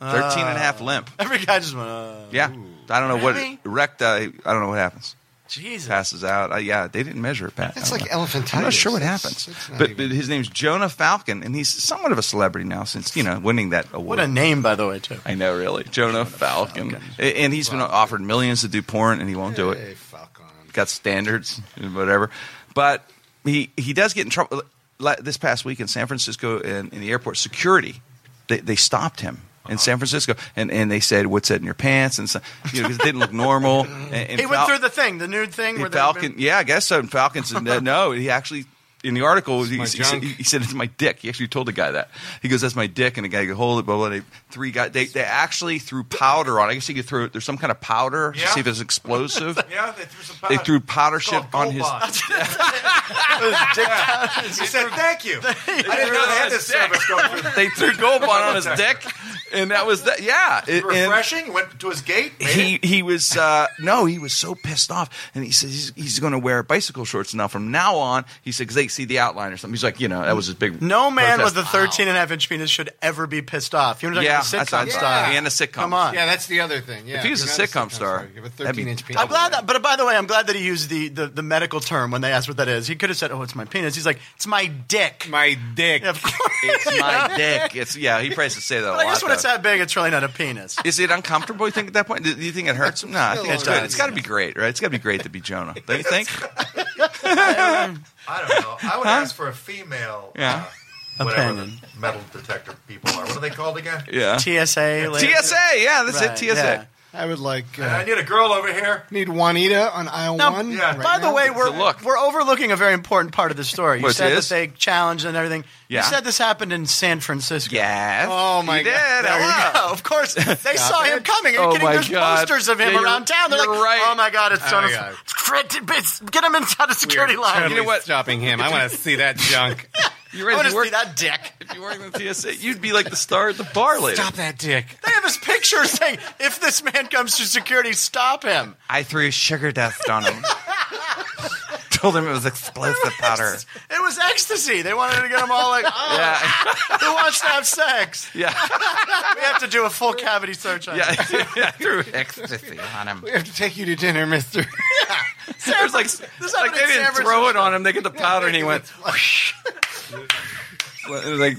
Speaker 3: 13 and a half limp.
Speaker 4: Every guy just went. Uh,
Speaker 3: Yeah. I don't know
Speaker 4: Really?
Speaker 3: what erect I, I don't know what happens.
Speaker 4: Jesus.
Speaker 3: Passes out. I, yeah, they didn't measure it. Pat.
Speaker 6: That's
Speaker 3: I don't
Speaker 6: like
Speaker 3: know.
Speaker 6: elephantitis.
Speaker 3: I'm not sure what
Speaker 6: That's-
Speaker 3: happens.
Speaker 6: that's not
Speaker 3: But,
Speaker 6: even-
Speaker 3: but his name's Jonah Falcon, and he's somewhat of a celebrity now since, you know, winning that award.
Speaker 4: What a name, by the way, too.
Speaker 3: I know, really. Jonah, Falcon. A- And he's been offered millions to do porn, and he won't do
Speaker 6: Hey,
Speaker 3: it.
Speaker 6: fuck on.
Speaker 3: Got standards and whatever. But he, he does get in trouble. Like This past week in San Francisco, in, in the airport, security, they, they stopped him. In
Speaker 6: Uh-huh.
Speaker 3: San Francisco, and, and they said, "What's that in your pants?" And so, you know, 'cause it didn't look normal. And, and
Speaker 4: He went
Speaker 3: Fal-
Speaker 4: through the thing, the nude thing.
Speaker 3: and
Speaker 4: Where they-
Speaker 3: Falcon, yeah, I guess so. And Falcon said, uh, "No, "No, he actually in the article, he,
Speaker 6: my
Speaker 3: he said,
Speaker 6: junk.
Speaker 3: he said, it's my dick. He actually told the guy that. He goes, that's my dick. And the guy goes, hold it, blah, blah, blah. Three guys, they, they actually threw powder on. I guess you could throw, there's some kind of powder to
Speaker 5: Yeah.
Speaker 3: see if it's explosive.
Speaker 5: Yeah, they threw some powder.
Speaker 3: They threw powder
Speaker 5: It's
Speaker 3: shit
Speaker 5: called
Speaker 3: on
Speaker 5: Gold
Speaker 3: his.
Speaker 5: Bond. He said, "Thank you." I didn't know they had this service going through.
Speaker 3: They threw gold bond on his dick, and that was that. Yeah, it- and-
Speaker 5: Refreshing. Went to his gate. made it.
Speaker 3: he he was uh, no, he was so pissed off, and he says he's, he's going to wear bicycle shorts now from now on. He said 'cause they see the outline or something. He's like, you know, that was his big.
Speaker 4: No man
Speaker 3: protest.
Speaker 4: with a 13 and a half inch penis should ever be pissed off. You know what
Speaker 3: yeah,
Speaker 4: I'm talking
Speaker 3: that's
Speaker 4: about? Sitcom
Speaker 3: not-
Speaker 4: style.
Speaker 3: and a sitcom.
Speaker 4: Come on.
Speaker 6: Yeah, that's the other thing. Yeah,
Speaker 3: If he was
Speaker 6: you're
Speaker 3: a
Speaker 6: not
Speaker 3: sitcom star,
Speaker 6: you have a
Speaker 3: that'd be
Speaker 6: 13 inch penis.
Speaker 3: double
Speaker 4: I'm glad that, but by the way, I'm glad that he used the, the, the medical term when they asked what that is. He could have said, "Oh, it's my penis." He's like, "It's my dick."
Speaker 6: My dick.
Speaker 4: Yeah, of course.
Speaker 3: It's my dick. It's yeah. He tries to say that. a
Speaker 4: But I
Speaker 3: lot,
Speaker 4: guess when
Speaker 3: though.
Speaker 4: it's that big, it's really not a penis.
Speaker 3: Is it uncomfortable? You think at that point? Do you think it hurts him? No, I think
Speaker 6: It
Speaker 3: it's good.
Speaker 6: does.
Speaker 3: It's got to be great, right? It's got to be great to be Jonah. Don't you think?
Speaker 5: I don't know. I would ask for a female.
Speaker 3: Yeah.
Speaker 5: Uh, whatever
Speaker 4: Opinion.
Speaker 5: the metal detector people are. What are they called again?
Speaker 3: Yeah.
Speaker 4: TSA. like-
Speaker 3: TSA. Yeah, that's
Speaker 4: Right,
Speaker 3: it. TSA.
Speaker 4: yeah.
Speaker 6: I would like
Speaker 5: And I
Speaker 6: uh,
Speaker 5: need a girl over here.
Speaker 6: need Juanita on aisle
Speaker 4: Now,
Speaker 6: one.
Speaker 5: yeah.
Speaker 6: right
Speaker 4: by the
Speaker 6: now.
Speaker 4: way, we're
Speaker 3: So look.
Speaker 4: we're overlooking a very important part of the story. You
Speaker 3: Which
Speaker 4: said
Speaker 3: is?
Speaker 4: that they challenged and everything.
Speaker 3: Yeah.
Speaker 4: You said this happened in San Francisco.
Speaker 3: Yes.
Speaker 6: Oh, my
Speaker 3: he did.
Speaker 6: God.
Speaker 4: There you
Speaker 3: Hello.
Speaker 4: go. Of course, they saw him coming. Are you
Speaker 3: Oh
Speaker 4: kidding?
Speaker 3: my
Speaker 4: There's
Speaker 3: God.
Speaker 4: posters of him
Speaker 3: Yeah, you're-
Speaker 4: around town. They're
Speaker 3: you're
Speaker 4: like,
Speaker 3: right.
Speaker 4: "Oh my God, it's
Speaker 6: Oh,
Speaker 4: Jonas!
Speaker 6: yeah.
Speaker 4: It's Fred- it's- Get him inside the
Speaker 6: We are
Speaker 4: security line."
Speaker 6: totally
Speaker 3: You know what?
Speaker 6: Stopping him. I want to see that junk.
Speaker 3: You
Speaker 4: I
Speaker 3: ready
Speaker 4: want
Speaker 3: to
Speaker 4: to
Speaker 3: work-
Speaker 4: see that dick.
Speaker 3: If you weren't in the TSA, you'd be like the star at the bar later.
Speaker 6: Stop that dick.
Speaker 4: They have his picture saying, "If this man comes to security, stop him."
Speaker 3: I threw sugar dust on him. Told him it was explosive powder.
Speaker 4: It was ecstasy. They wanted to get them all like, oh,
Speaker 3: Yeah,
Speaker 4: "Who wants to have sex?"
Speaker 3: yeah,
Speaker 4: We have to do a full cavity search on
Speaker 3: yeah.
Speaker 4: him.
Speaker 3: I threw ecstasy on him.
Speaker 6: We have to take you to dinner, Mister.
Speaker 3: There's like, like
Speaker 4: This happened
Speaker 3: they
Speaker 4: in
Speaker 3: didn't
Speaker 4: San
Speaker 3: throw it on him. They get the powder, and he went. Well, it was like,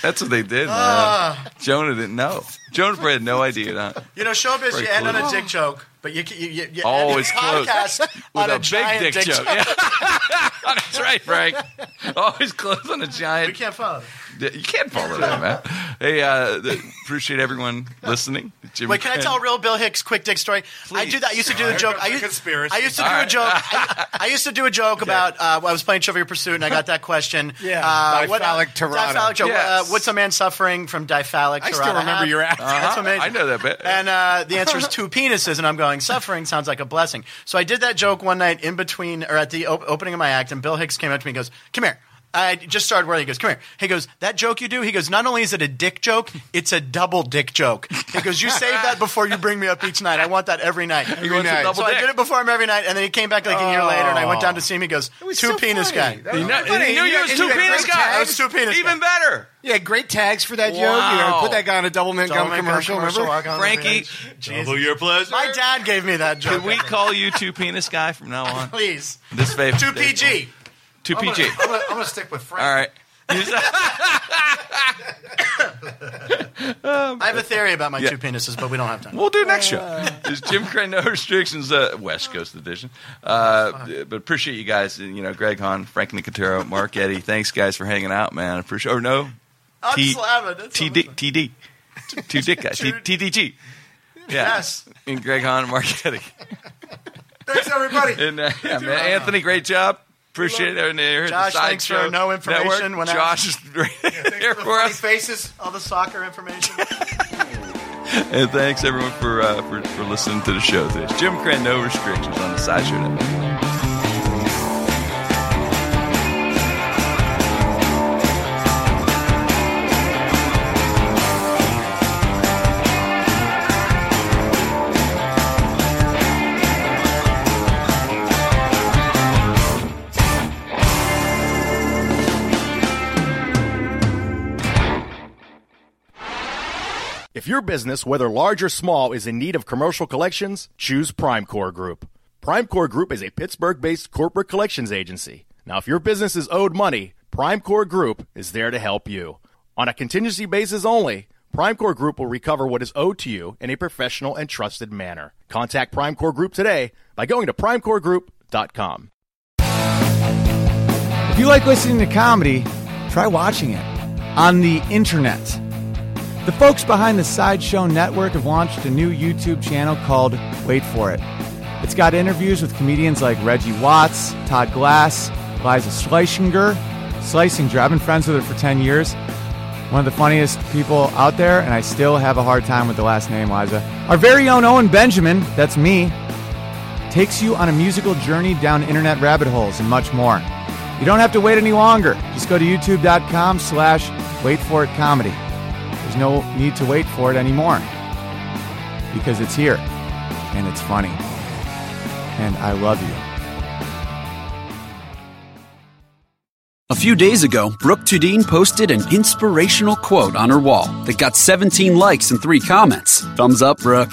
Speaker 3: that's what they did, man. Jonah didn't know. Jonah Brad had no idea. Huh?
Speaker 4: Ah. You know, showbiz,
Speaker 3: Very
Speaker 4: you end on a
Speaker 3: close.
Speaker 4: dick joke, but you you, you, you end
Speaker 3: Always
Speaker 4: the
Speaker 3: close.
Speaker 4: podcast
Speaker 3: With
Speaker 4: on
Speaker 3: a,
Speaker 4: a,
Speaker 3: big
Speaker 4: giant
Speaker 3: dick, joke. Yeah. that's right, Frank. Always close on a giant
Speaker 4: We can't follow. That.
Speaker 3: Yeah, You can't follow that, man. Hey, uh, th- appreciate everyone listening. Jimmy
Speaker 4: Wait, can I
Speaker 3: Cran.
Speaker 4: tell a real Bill Hicks quick dick story? I
Speaker 3: Please.
Speaker 4: do that. I used to do the joke. I
Speaker 5: comes
Speaker 4: used,
Speaker 5: the conspiracy.
Speaker 4: I used to do a joke. I, I used to do a joke about uh, I was playing Trivial Pursuit and I got that question.
Speaker 6: Yeah,
Speaker 4: uh, what-
Speaker 6: diphthalic tirade.
Speaker 4: Diphthalic joke.
Speaker 3: Yes.
Speaker 4: Uh, what's a man suffering from diphthalic?
Speaker 6: I still
Speaker 4: tirade?
Speaker 6: remember your ass.
Speaker 4: That's amazing.
Speaker 3: I know that bit.
Speaker 4: And uh, the answer is two penises, and I'm going. Suffering sounds like a blessing. So I did that joke one night in between or at the op- opening of my act, and Bill Hicks came up to me and goes, "Come here." I just started where he goes, come here. He goes, that joke you do. He goes, not only is it a dick joke, it's a double dick joke. He goes, you save that before you bring me up each night. I want that every night.
Speaker 3: He wants a
Speaker 6: night.
Speaker 3: double
Speaker 4: so I
Speaker 3: dick.
Speaker 4: did it before him every night, and then he came back like a year later, and I went down to see him. He goes, two penis guy.
Speaker 3: He kno- he knew you was two penis guy.
Speaker 4: I was two penis
Speaker 3: Even
Speaker 4: guy.
Speaker 3: better.
Speaker 6: Yeah, great tags for that joke. You
Speaker 3: Wow.
Speaker 6: know, put that guy on a double mint
Speaker 4: Double man
Speaker 6: gum commercial. remember?
Speaker 4: walk on the
Speaker 3: Frankie,
Speaker 4: range.
Speaker 5: Double your pleasure.
Speaker 4: My dad gave me that joke.
Speaker 3: Can we call you two penis guy from now on?
Speaker 4: please?
Speaker 3: This favorite.
Speaker 4: Two Oh PG.
Speaker 3: Two
Speaker 5: I'm gonna-
Speaker 3: PG.
Speaker 5: I'm gonna- I'm gonna stick with Frank.
Speaker 3: All right.
Speaker 4: I have a theory about my
Speaker 3: Yeah.
Speaker 4: two penises, but we don't have time.
Speaker 3: We'll do next show. It's Jim Crane, no restrictions, uh, West Coast edition. Uh, but appreciate you guys. and, You know, Greg Hahn, Frank Nicotero, Mark Eddy. Thanks, guys, for hanging out, man. Appreciate. Or no,
Speaker 4: I'm
Speaker 3: T-
Speaker 4: slamming. That's so
Speaker 3: TD,
Speaker 4: much
Speaker 3: TD, two dick guys, T-
Speaker 4: Two-
Speaker 3: TDG. Yeah.
Speaker 4: Yes.
Speaker 3: And Greg Hahn, Mark Eddy.
Speaker 5: Thanks everybody.
Speaker 3: And uh, yeah, man, Anthony, great job. Appreciate it. And, uh, here at the
Speaker 4: Josh,
Speaker 3: Side
Speaker 4: thanks for
Speaker 3: Show
Speaker 4: no information
Speaker 3: Network.
Speaker 4: when I-
Speaker 3: Josh is
Speaker 5: Thanks
Speaker 3: here
Speaker 5: for
Speaker 3: for
Speaker 5: the funny
Speaker 3: us.
Speaker 5: faces.
Speaker 4: fun. All the soccer information.
Speaker 3: And thanks everyone for, uh, for for listening to the show today. It's Jim Cran, no restrictions on the sideshow network.
Speaker 7: If your business, whether large or small, is in need of commercial collections, choose Primecore Group. Primecore Group is a Pittsburgh based corporate collections agency. Now, if your business is owed money, Primecore Group is there to help you. On a contingency basis only, Primecore Group will recover what is owed to you in a professional and trusted manner. Contact Primecore Group today by going to primecoregroup.com.
Speaker 8: If you like listening to comedy, try watching it on the internet. The folks behind the Sideshow Network have launched a new YouTube channel called Wait For It. It's got interviews with comedians like Reggie Watts, Todd Glass, Liza Schleichinger. Schleisinger. I've been friends with her for 10 years. One of the funniest people out there, and I still have a hard time with the last name, Liza. Our very own Owen Benjamin, that's me, takes you on a musical journey down internet rabbit holes and much more. You don't have to wait any longer. Just go to youtube.com slash wait for it comedy. There's no need to wait for it anymore because it's here and it's funny. And I love you.
Speaker 9: A few days ago, Brooke Tudine posted an inspirational quote on her wall that got 17 likes and 3 comments. Thumbs up, Brooke.